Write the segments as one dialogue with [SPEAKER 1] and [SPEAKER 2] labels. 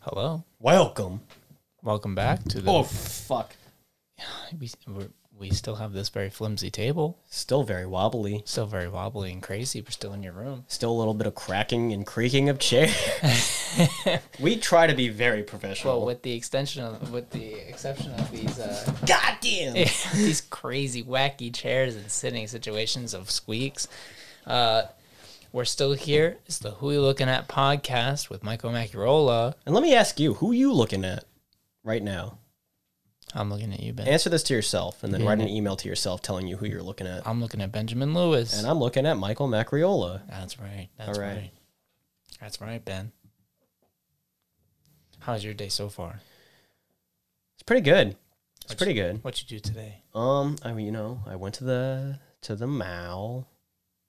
[SPEAKER 1] Hello.
[SPEAKER 2] Welcome.
[SPEAKER 1] Welcome back to the.
[SPEAKER 2] Oh fuck.
[SPEAKER 1] We, we're, we still have this very flimsy table.
[SPEAKER 2] Still very wobbly.
[SPEAKER 1] Still very wobbly and crazy. We're still in your room.
[SPEAKER 2] Still a little bit of cracking and creaking of chairs. we try to be very professional.
[SPEAKER 1] Well, with the extension of, with the exception of these, uh,
[SPEAKER 2] Goddamn.
[SPEAKER 1] these crazy wacky chairs and sitting situations of squeaks, uh, we're still here. It's the Who We Looking At podcast with Michael Macarola.
[SPEAKER 2] And let me ask you, who you looking at right now?
[SPEAKER 1] I'm looking at you, Ben.
[SPEAKER 2] Answer this to yourself, and then write an email to yourself telling you who you're looking at.
[SPEAKER 1] I'm looking at Benjamin Lewis.
[SPEAKER 2] And I'm looking at Michael Macriola.
[SPEAKER 1] That's right. That's
[SPEAKER 2] All right.
[SPEAKER 1] right. That's right, Ben. How's your day so far?
[SPEAKER 2] It's pretty good. It's pretty good.
[SPEAKER 1] What you do today?
[SPEAKER 2] Um, I mean, you know, I went to the to the Mal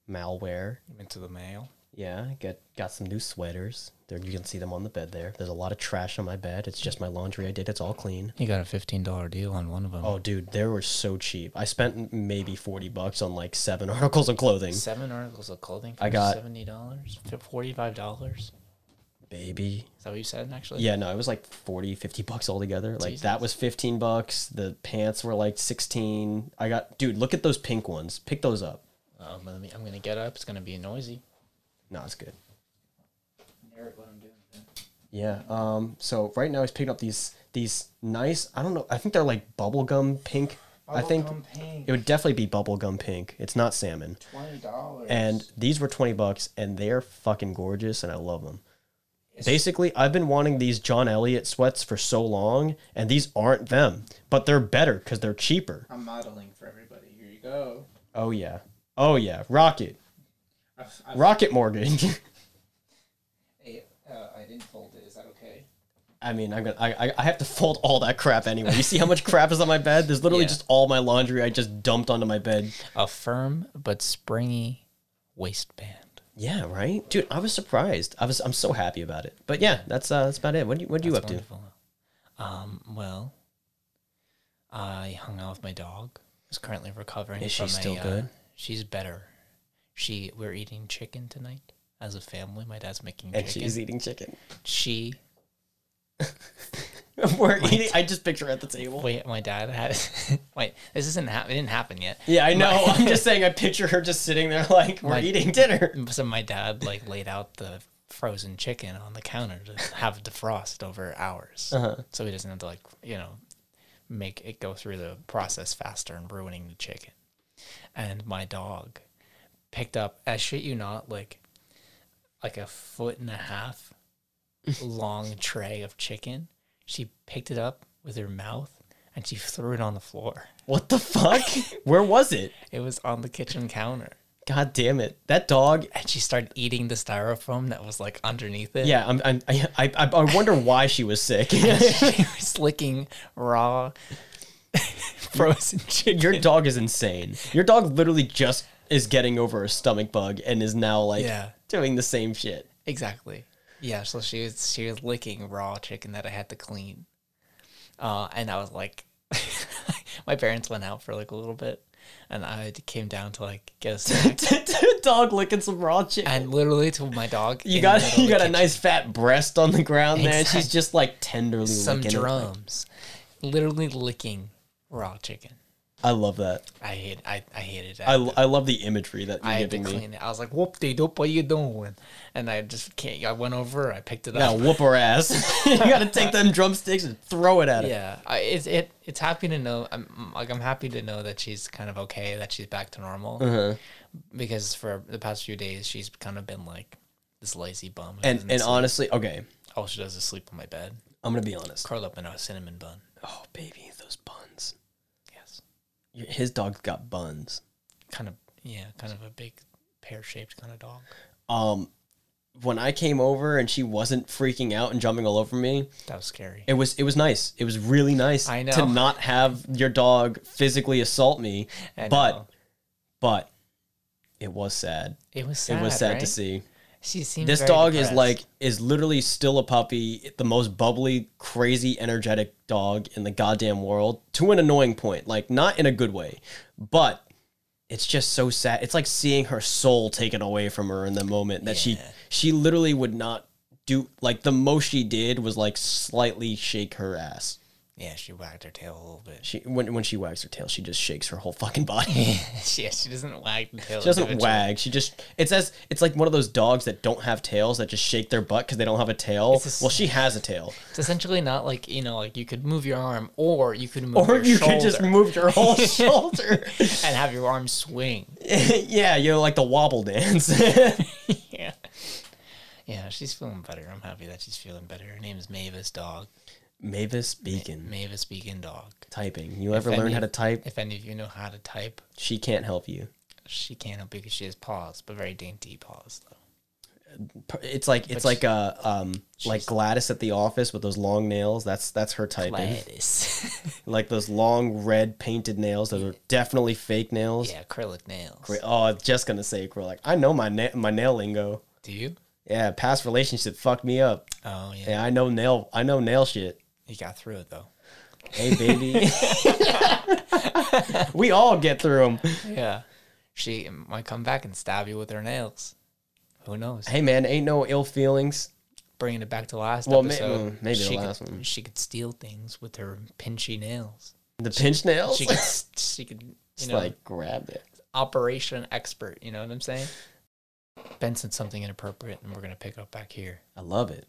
[SPEAKER 2] malware.
[SPEAKER 1] You went to the mail.
[SPEAKER 2] Yeah, I got got some new sweaters. There you can see them on the bed there. There's a lot of trash on my bed. It's just my laundry I did. It's all clean.
[SPEAKER 1] You got a fifteen dollar deal on one of them.
[SPEAKER 2] Oh dude, they were so cheap. I spent m- maybe 40 bucks on like seven articles of clothing.
[SPEAKER 1] Seven articles of clothing. For
[SPEAKER 2] I got-
[SPEAKER 1] seventy dollars, forty five dollars.
[SPEAKER 2] Baby.
[SPEAKER 1] Is that what you said? Actually,
[SPEAKER 2] Yeah, no, it was like 40, 50 bucks altogether. Like that was 15 bucks. The pants were like 16. I got Dude, look at those pink ones. Pick those up.
[SPEAKER 1] Oh, but let me- I'm gonna get up. It's gonna be noisy.
[SPEAKER 2] No, it's good.
[SPEAKER 1] Eric, what I'm doing.
[SPEAKER 2] Yeah. Um. So right now he's picking up these these nice. I don't know. I think they're like bubblegum pink. I think it would definitely be bubblegum pink. It's not salmon.
[SPEAKER 1] Twenty dollars.
[SPEAKER 2] And these were twenty bucks, and they're fucking gorgeous, and I love them. Basically, I've been wanting these John Elliott sweats for so long, and these aren't them, but they're better because they're cheaper.
[SPEAKER 1] I'm modeling for everybody. Here you go.
[SPEAKER 2] Oh yeah. Oh yeah. Rocket. Rocket Mortgage.
[SPEAKER 1] I, uh, I didn't fold it. Is that okay?
[SPEAKER 2] I mean, I'm gonna. I, I- I have to fold all that crap anyway. You see how much crap is on my bed? There's literally
[SPEAKER 1] Yeah.
[SPEAKER 2] just all my laundry I just dumped onto my bed.
[SPEAKER 1] A firm but springy waistband.
[SPEAKER 2] Yeah, right, dude. I was surprised. I was. I'm so happy about it. But yeah, that's uh, that's about it. What do you What do you up to?
[SPEAKER 1] Wonderful. Um, well, I hung out with my dog. Is currently recovering.
[SPEAKER 2] Is she
[SPEAKER 1] from a,
[SPEAKER 2] still
[SPEAKER 1] uh,
[SPEAKER 2] good?
[SPEAKER 1] she's better. She we're eating chicken tonight as a family. My dad's making
[SPEAKER 2] And
[SPEAKER 1] chicken.
[SPEAKER 2] she's eating chicken.
[SPEAKER 1] she
[SPEAKER 2] We're eating. I just picture her at the table.
[SPEAKER 1] wait. My dad had wait. This isn't hap- it didn't happen yet.
[SPEAKER 2] Yeah, I know. I'm just saying. I picture her just sitting there like we're
[SPEAKER 1] My-
[SPEAKER 2] eating dinner.
[SPEAKER 1] So my dad like laid out the frozen chicken on the counter to have it defrost over hours, so he doesn't have to like you know make it go through the process faster and ruining the chicken. And my dog picked up, I shit you not, like like a foot and a half long tray of chicken. She picked it up with her mouth and she threw it on the floor.
[SPEAKER 2] What the fuck? Where was it?
[SPEAKER 1] It was on the kitchen counter.
[SPEAKER 2] God damn it! That dog.
[SPEAKER 1] And she started eating the styrofoam that was like underneath it.
[SPEAKER 2] Yeah, I'm. I'm I, I, I wonder why she was sick.
[SPEAKER 1] she was licking raw frozen chicken.
[SPEAKER 2] Your dog is insane. Your dog literally just is getting over a stomach bug and is now like
[SPEAKER 1] Yeah.
[SPEAKER 2] doing the same shit.
[SPEAKER 1] Exactly. Yeah, so she was she was licking raw chicken that I had to clean. Uh and I was like my parents went out for like a little bit and I came down to like get a snack
[SPEAKER 2] dog licking some raw chicken.
[SPEAKER 1] and literally to my dog
[SPEAKER 2] you
[SPEAKER 1] in the
[SPEAKER 2] got
[SPEAKER 1] middle
[SPEAKER 2] you
[SPEAKER 1] of the
[SPEAKER 2] got a
[SPEAKER 1] kitchen,
[SPEAKER 2] nice fat breast on the ground there, and she's
[SPEAKER 1] Exactly.
[SPEAKER 2] just like tenderly
[SPEAKER 1] some
[SPEAKER 2] licking. it.
[SPEAKER 1] drums. Literally licking raw chicken.
[SPEAKER 2] I love that.
[SPEAKER 1] I hate I, I hated that.
[SPEAKER 2] I, I love the imagery that you're
[SPEAKER 1] I had to
[SPEAKER 2] giving me.
[SPEAKER 1] clean it. I was like, whoop de doop, what are you doing? And I just can't. I went over, I picked it
[SPEAKER 2] Now
[SPEAKER 1] up.
[SPEAKER 2] whoop her ass. you got to take them drumsticks and throw it at her.
[SPEAKER 1] Yeah, I, it's it. It's happy to know. I'm like I'm happy to know that she's kind of okay, that she's back to normal.
[SPEAKER 2] Uh-huh.
[SPEAKER 1] Because for the past few days, she's kind of been like this lazy bum. who
[SPEAKER 2] And
[SPEAKER 1] doesn't
[SPEAKER 2] and
[SPEAKER 1] sleep.
[SPEAKER 2] honestly, okay,
[SPEAKER 1] all she does is sleep on my bed,
[SPEAKER 2] I'm gonna be honest.
[SPEAKER 1] curl up in a cinnamon bun.
[SPEAKER 2] Oh baby, those buns.
[SPEAKER 1] Yes,
[SPEAKER 2] Your- His dog's got buns.
[SPEAKER 1] kind of yeah, kind of a big pear shaped kind of dog.
[SPEAKER 2] Um, when I came over and she wasn't freaking out and jumping all over me,
[SPEAKER 1] That was scary.
[SPEAKER 2] It was it was nice. It was really nice
[SPEAKER 1] I
[SPEAKER 2] to
[SPEAKER 1] know.
[SPEAKER 2] not have your dog physically assault me,
[SPEAKER 1] I
[SPEAKER 2] but
[SPEAKER 1] know.
[SPEAKER 2] but it was sad.
[SPEAKER 1] it was sad.
[SPEAKER 2] it was sad
[SPEAKER 1] right?
[SPEAKER 2] to see.
[SPEAKER 1] She seemed
[SPEAKER 2] This
[SPEAKER 1] very
[SPEAKER 2] dog is
[SPEAKER 1] depressed.
[SPEAKER 2] like is literally still a puppy, the most bubbly, crazy, energetic dog in the goddamn world to an annoying point. Like not in a good way, but it's just so sad. It's like seeing her soul taken away from her in the moment that she she literally would not do like the most she did was like slightly shake her ass.
[SPEAKER 1] Yeah, she wagged her tail a little bit.
[SPEAKER 2] She when when she wags her tail, she just shakes her whole fucking body.
[SPEAKER 1] yeah, she doesn't wag the tail.
[SPEAKER 2] She doesn't
[SPEAKER 1] individually.
[SPEAKER 2] wag. She just it's as it's like one of those dogs that don't have tails that just shake their butt because they don't have a tail.
[SPEAKER 1] just-
[SPEAKER 2] well, she has a tail,
[SPEAKER 1] It's essentially not like you know, like you could move your arm, or you could move
[SPEAKER 2] or
[SPEAKER 1] your
[SPEAKER 2] you
[SPEAKER 1] shoulder
[SPEAKER 2] could just move your whole shoulder.
[SPEAKER 1] and have your arm swing.
[SPEAKER 2] yeah, you're like the wobble dance.
[SPEAKER 1] Yeah, yeah, she's feeling better. I'm happy that she's feeling better. Her name is Mavis Dog.
[SPEAKER 2] Mavis Beacon
[SPEAKER 1] Mavis Beacon Dog.
[SPEAKER 2] typing. You ever learn
[SPEAKER 1] any-
[SPEAKER 2] how to type?
[SPEAKER 1] If any of you know how to type,
[SPEAKER 2] She can't help you.
[SPEAKER 1] she can't help because she has paws, but very dainty paws though.
[SPEAKER 2] It's like it's like uh um like Gladys at the office with those long nails. That's that's her typing.
[SPEAKER 1] Gladys.
[SPEAKER 2] Like those long red painted nails. Those are definitely fake nails.
[SPEAKER 1] yeah, acrylic nails.
[SPEAKER 2] Oh, I was just gonna say acrylic. I know my na- my nail lingo.
[SPEAKER 1] Do you?
[SPEAKER 2] Yeah, past relationship fucked me up.
[SPEAKER 1] Oh yeah.
[SPEAKER 2] Yeah, I know nail. I know nail shit.
[SPEAKER 1] You got through it though.
[SPEAKER 2] Hey, baby. we all get through them.
[SPEAKER 1] Yeah. She might come back and stab you with her nails. Who knows?
[SPEAKER 2] Hey, man, ain't no ill feelings.
[SPEAKER 1] Bringing it back to last
[SPEAKER 2] Well, may-
[SPEAKER 1] episode.
[SPEAKER 2] mm, maybe the
[SPEAKER 1] she
[SPEAKER 2] last
[SPEAKER 1] could,
[SPEAKER 2] one.
[SPEAKER 1] She could steal things with her pinchy nails.
[SPEAKER 2] The pinch nails.
[SPEAKER 1] She could. s- she could. You
[SPEAKER 2] Just
[SPEAKER 1] know,
[SPEAKER 2] like grabbed it.
[SPEAKER 1] operation expert. You know what I'm saying? Ben said something inappropriate, and we're gonna pick up back here.
[SPEAKER 2] I love it.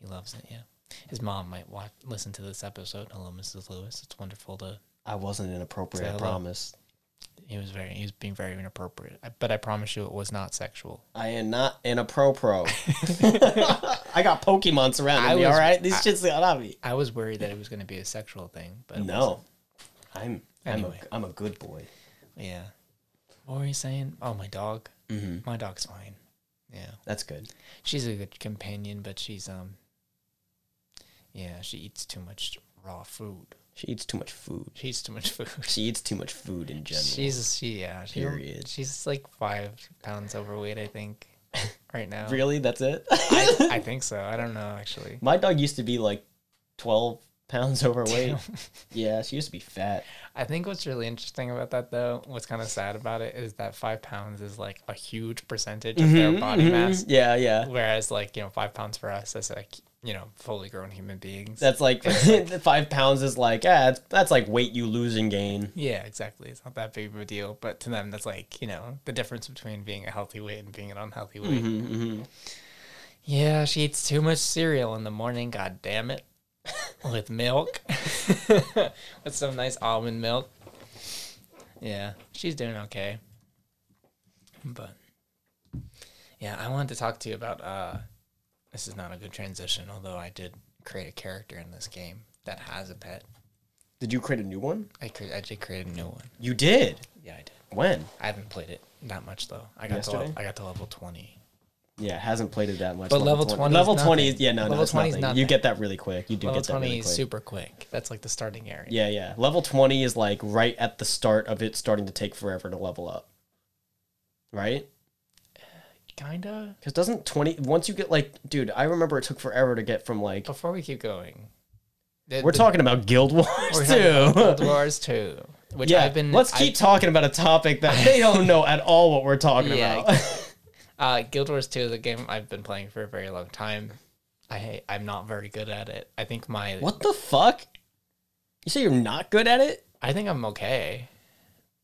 [SPEAKER 1] He loves it. Yeah. His mom might watch, listen to this episode. Hello, Mrs. Lewis. It's wonderful to.
[SPEAKER 2] I wasn't inappropriate.
[SPEAKER 1] Say
[SPEAKER 2] I
[SPEAKER 1] hello.
[SPEAKER 2] promise.
[SPEAKER 1] He was very. He was being very inappropriate. I, but I promise you, it was not sexual.
[SPEAKER 2] I am not inappropriate. I got Pokemon surrounding
[SPEAKER 1] I
[SPEAKER 2] me.
[SPEAKER 1] was-
[SPEAKER 2] all right, these shits got on me.
[SPEAKER 1] I was worried that it was gonna be a sexual thing, but it
[SPEAKER 2] No, I'm.
[SPEAKER 1] Anyway.
[SPEAKER 2] I'm a, I'm a good boy.
[SPEAKER 1] Yeah. What were you saying? Oh, my dog. Mm-hmm. My dog's fine. Yeah.
[SPEAKER 2] That's good.
[SPEAKER 1] She's a good companion, but she's um. Yeah, she eats too much raw food.
[SPEAKER 2] She eats too much food.
[SPEAKER 1] She eats too much food.
[SPEAKER 2] She eats too much food in general.
[SPEAKER 1] She's she yeah. She,
[SPEAKER 2] Period.
[SPEAKER 1] She's like five pounds overweight, I think, right now.
[SPEAKER 2] really? That's it?
[SPEAKER 1] I, I think so. I don't know actually.
[SPEAKER 2] My dog used to be like 12 pounds overweight. yeah, she used to be fat.
[SPEAKER 1] I think what's really interesting about that though, what's kind of sad about it is that five pounds is like a huge percentage of
[SPEAKER 2] Mm-hmm,
[SPEAKER 1] their body mass.
[SPEAKER 2] Yeah, yeah.
[SPEAKER 1] Whereas, like, you know, five pounds for us is like, you know, fully grown human beings.
[SPEAKER 2] That's like five pounds is like, yeah, that's, that's like weight you lose and gain.
[SPEAKER 1] yeah, exactly. It's not that big of a deal. But to them, that's like, you know, the difference between being a healthy weight and being an unhealthy weight.
[SPEAKER 2] Mm-hmm,
[SPEAKER 1] Yeah, she eats too much cereal in the morning, god damn it. With milk. With some nice almond milk. Yeah, she's doing okay. But yeah, I wanted to talk to you about uh this is not a good transition, although I did create a character in this game that has a pet.
[SPEAKER 2] Did you create a new one?
[SPEAKER 1] I cre- I did create a new one.
[SPEAKER 2] You did.
[SPEAKER 1] Yeah, I did.
[SPEAKER 2] When?
[SPEAKER 1] I haven't played it that much though. I got to
[SPEAKER 2] Yesterday?
[SPEAKER 1] level, I got to level twenty.
[SPEAKER 2] Yeah, hasn't played it that much.
[SPEAKER 1] But level 20 is
[SPEAKER 2] level twenty,
[SPEAKER 1] nothing.
[SPEAKER 2] is- yeah, no,
[SPEAKER 1] Level
[SPEAKER 2] no, it's
[SPEAKER 1] 20 is
[SPEAKER 2] nothing.
[SPEAKER 1] nothing.
[SPEAKER 2] You get that really quick. You do
[SPEAKER 1] Level
[SPEAKER 2] get that
[SPEAKER 1] twenty
[SPEAKER 2] really
[SPEAKER 1] is
[SPEAKER 2] quick.
[SPEAKER 1] super quick. That's like the starting area.
[SPEAKER 2] yeah, yeah. Level twenty is like right at the start of it starting to take forever to level up. Right.
[SPEAKER 1] Kinda.
[SPEAKER 2] Because doesn't 20, once you get like, dude, I remember it took forever to get from like,
[SPEAKER 1] Before we keep going, the-
[SPEAKER 2] we're
[SPEAKER 1] the-
[SPEAKER 2] talking about Guild Wars
[SPEAKER 1] we're talking
[SPEAKER 2] too.
[SPEAKER 1] about Guild Wars two, which
[SPEAKER 2] yeah,
[SPEAKER 1] I've been.
[SPEAKER 2] let's
[SPEAKER 1] I-
[SPEAKER 2] keep talking about a topic that they don't know at all what we're talking
[SPEAKER 1] Yeah,
[SPEAKER 2] about.
[SPEAKER 1] uh, Guild Wars two, is a game I've been playing for a very long time. I I'm not very good at it. I think my
[SPEAKER 2] what the fuck? You say you're not good at it?
[SPEAKER 1] I think I'm okay,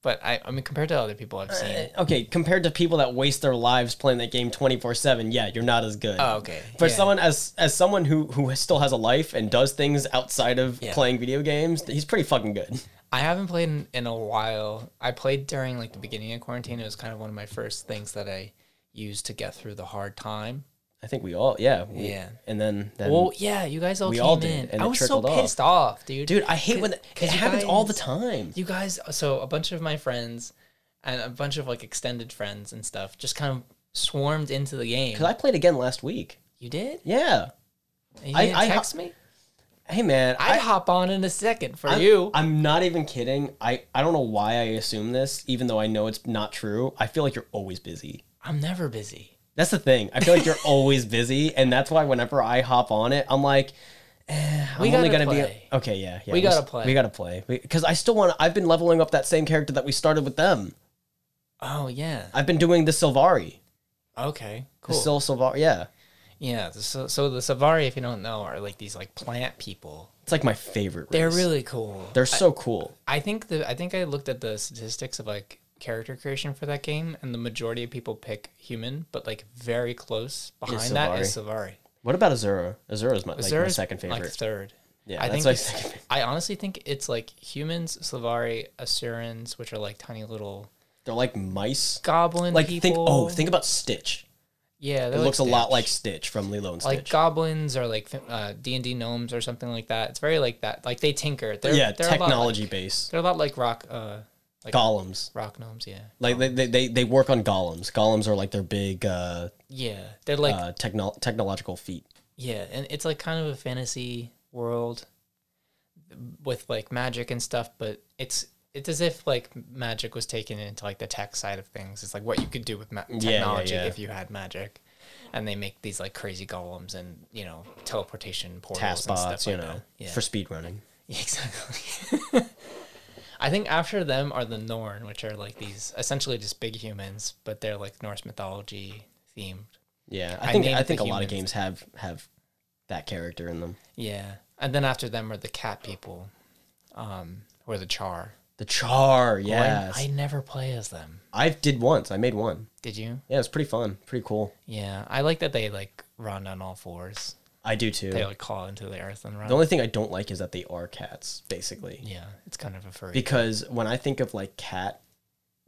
[SPEAKER 1] but I I mean compared to other people I've seen.
[SPEAKER 2] Eh, Okay, compared to people that waste their lives playing that game 24/7, yeah, you're not as good.
[SPEAKER 1] Oh, okay.
[SPEAKER 2] For
[SPEAKER 1] Yeah.
[SPEAKER 2] someone as as someone who who still has a life and does things outside of
[SPEAKER 1] Yeah.
[SPEAKER 2] playing video games, he's pretty fucking good.
[SPEAKER 1] I haven't played in, in a while. I played during like the beginning of quarantine. It was kind of one of my first things that I used to get through the hard time.
[SPEAKER 2] I think we all, yeah. we-
[SPEAKER 1] Yeah.
[SPEAKER 2] And then, then
[SPEAKER 1] Well, yeah, you guys all
[SPEAKER 2] We
[SPEAKER 1] came
[SPEAKER 2] all did,
[SPEAKER 1] in.
[SPEAKER 2] and
[SPEAKER 1] I
[SPEAKER 2] it
[SPEAKER 1] was so
[SPEAKER 2] trickled off.
[SPEAKER 1] pissed off, dude.
[SPEAKER 2] Dude, I hate when it
[SPEAKER 1] 'cause you
[SPEAKER 2] happens all the
[SPEAKER 1] guys-
[SPEAKER 2] time.
[SPEAKER 1] you guys. So a bunch of my friends and a bunch of like extended friends and stuff just kind of swarmed into the game.
[SPEAKER 2] Cause I played again last week.
[SPEAKER 1] you did?
[SPEAKER 2] Yeah.
[SPEAKER 1] And you
[SPEAKER 2] I-
[SPEAKER 1] didn't
[SPEAKER 2] I ho-
[SPEAKER 1] text me?
[SPEAKER 2] Hey man,
[SPEAKER 1] I'd
[SPEAKER 2] I,
[SPEAKER 1] hop on in a second for
[SPEAKER 2] I'm,
[SPEAKER 1] you.
[SPEAKER 2] I'm not even kidding. I I don't know why I assume this, even though I know it's not true. I feel like you're always busy.
[SPEAKER 1] I'm never busy.
[SPEAKER 2] That's the thing. I feel like you're always busy, and that's why whenever I hop on it, I'm like, eh, I'm
[SPEAKER 1] We
[SPEAKER 2] only
[SPEAKER 1] gotta
[SPEAKER 2] gonna
[SPEAKER 1] play.
[SPEAKER 2] be okay. Yeah, yeah.
[SPEAKER 1] We gotta
[SPEAKER 2] s-
[SPEAKER 1] play.
[SPEAKER 2] We gotta play because I still want. to I've been leveling up that same character that we started with them.
[SPEAKER 1] Oh yeah.
[SPEAKER 2] I've been doing the Silvari,
[SPEAKER 1] Okay.
[SPEAKER 2] the
[SPEAKER 1] Cool.
[SPEAKER 2] Sil Silvari. Yeah,
[SPEAKER 1] Yeah. So, so the Savari, if you don't know, are like these like plant people.
[SPEAKER 2] It's like my favorite.
[SPEAKER 1] They're
[SPEAKER 2] race.
[SPEAKER 1] really cool.
[SPEAKER 2] They're so cool.
[SPEAKER 1] I think the I think I looked at the statistics of like character creation for that game, and the majority of people pick human, but like very close behind that is Savari.
[SPEAKER 2] What about Azura? Azura is my, like, my
[SPEAKER 1] Azura's,
[SPEAKER 2] second favorite.
[SPEAKER 1] Like third.
[SPEAKER 2] Yeah,
[SPEAKER 1] I
[SPEAKER 2] that's
[SPEAKER 1] think
[SPEAKER 2] my
[SPEAKER 1] it's-
[SPEAKER 2] second
[SPEAKER 1] I honestly think it's like humans, Slavari, Asurans, which are like tiny little
[SPEAKER 2] They're like mice.
[SPEAKER 1] goblin
[SPEAKER 2] Like
[SPEAKER 1] people.
[SPEAKER 2] think oh think about Stitch.
[SPEAKER 1] yeah,
[SPEAKER 2] It looks a lot like Stitch from Lilo and
[SPEAKER 1] like
[SPEAKER 2] Stitch.
[SPEAKER 1] goblins or like uh, D and D gnomes or something like that. It's very like that. Like they tinker. They're,
[SPEAKER 2] yeah,
[SPEAKER 1] they're a lot
[SPEAKER 2] technology
[SPEAKER 1] like-
[SPEAKER 2] based
[SPEAKER 1] They're a lot like rock, uh, like
[SPEAKER 2] golems.
[SPEAKER 1] rock gnomes. Yeah,
[SPEAKER 2] Like they, they, they, they work on golems. Golems are like their big uh,
[SPEAKER 1] yeah. They're like Oh,
[SPEAKER 2] uh, techno- technological feat.
[SPEAKER 1] Yeah, and it's like kind of a fantasy world with like magic and stuff, but it's it's as if like magic was taken into like the tech side of things. It's like what you could do with ma-
[SPEAKER 2] yeah,
[SPEAKER 1] technology
[SPEAKER 2] yeah.
[SPEAKER 1] if you had magic. And they make these like crazy golems and you know teleportation portals and
[SPEAKER 2] Task bots,
[SPEAKER 1] stuff
[SPEAKER 2] you
[SPEAKER 1] like
[SPEAKER 2] know,
[SPEAKER 1] that. Yeah,
[SPEAKER 2] for speedrunning.
[SPEAKER 1] exactly. I think after them are the Norn, which are like these essentially just big humans, but they're like Norse mythology themed.
[SPEAKER 2] Yeah, I
[SPEAKER 1] I
[SPEAKER 2] think
[SPEAKER 1] named
[SPEAKER 2] I
[SPEAKER 1] the
[SPEAKER 2] think a lot of
[SPEAKER 1] humans.
[SPEAKER 2] games have have that character in them.
[SPEAKER 1] Yeah, and then after them are the cat people, um, or the char.
[SPEAKER 2] The Char,
[SPEAKER 1] I-
[SPEAKER 2] yes,
[SPEAKER 1] I,
[SPEAKER 2] I,
[SPEAKER 1] never play as them.
[SPEAKER 2] did once. I made one.
[SPEAKER 1] Did you?
[SPEAKER 2] Yeah, it's pretty fun, pretty cool.
[SPEAKER 1] Yeah, I like that they like run on all fours.
[SPEAKER 2] I do too.
[SPEAKER 1] They like claw into the earth and run.
[SPEAKER 2] the only thing I don't like is that they are cats, basically.
[SPEAKER 1] yeah, it's kind of a furry.
[SPEAKER 2] Because when I think of like cat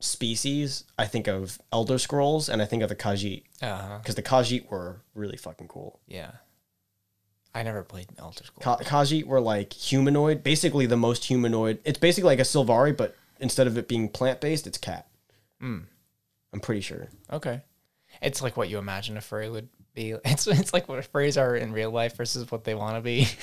[SPEAKER 2] species, I think of Elder Scrolls and I think of the Khajiit
[SPEAKER 1] uh-huh.
[SPEAKER 2] because the Khajiit were really fucking cool.
[SPEAKER 1] Yeah, I never played Elder Scrolls.
[SPEAKER 2] Ka- Khajiit were like humanoid, basically the most humanoid. It's basically like a Silvari, but instead of it being plant based, it's cat. Hmm.
[SPEAKER 1] Mm.
[SPEAKER 2] I'm pretty sure.
[SPEAKER 1] okay, it's like what you imagine a furry would be. It's it's like what furries are in real life versus what they want to be.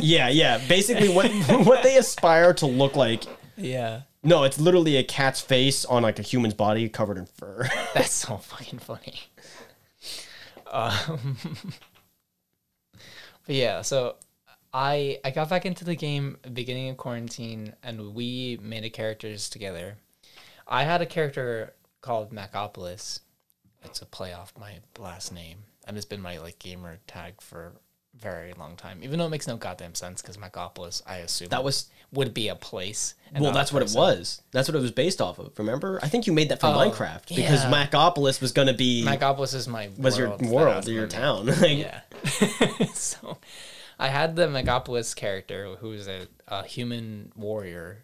[SPEAKER 2] Yeah, yeah. Basically, what what they aspire to look like.
[SPEAKER 1] yeah,
[SPEAKER 2] No, it's literally a cat's face on like a human's body covered in fur.
[SPEAKER 1] That's so fucking funny. Um, but yeah, so I I got back into the game beginning of quarantine, and we made a characters together. I had a character called Macopolis. It's a play off my last name, and it's been my like gamer tag for a very long time. Even though it makes no goddamn sense, because Macopolis, I assume
[SPEAKER 2] That was
[SPEAKER 1] would be a place. and
[SPEAKER 2] well,
[SPEAKER 1] not a
[SPEAKER 2] that's what it
[SPEAKER 1] person.
[SPEAKER 2] was. That's what it was based off of. Remember? I think you made that for
[SPEAKER 1] Oh,
[SPEAKER 2] Minecraft because
[SPEAKER 1] yeah.
[SPEAKER 2] Macopolis was gonna be
[SPEAKER 1] Macopolis is my
[SPEAKER 2] was your
[SPEAKER 1] world that I
[SPEAKER 2] world,
[SPEAKER 1] was
[SPEAKER 2] or your
[SPEAKER 1] living in.
[SPEAKER 2] town. Like,
[SPEAKER 1] Yeah. so I had the Megapolis character who was a, a human warrior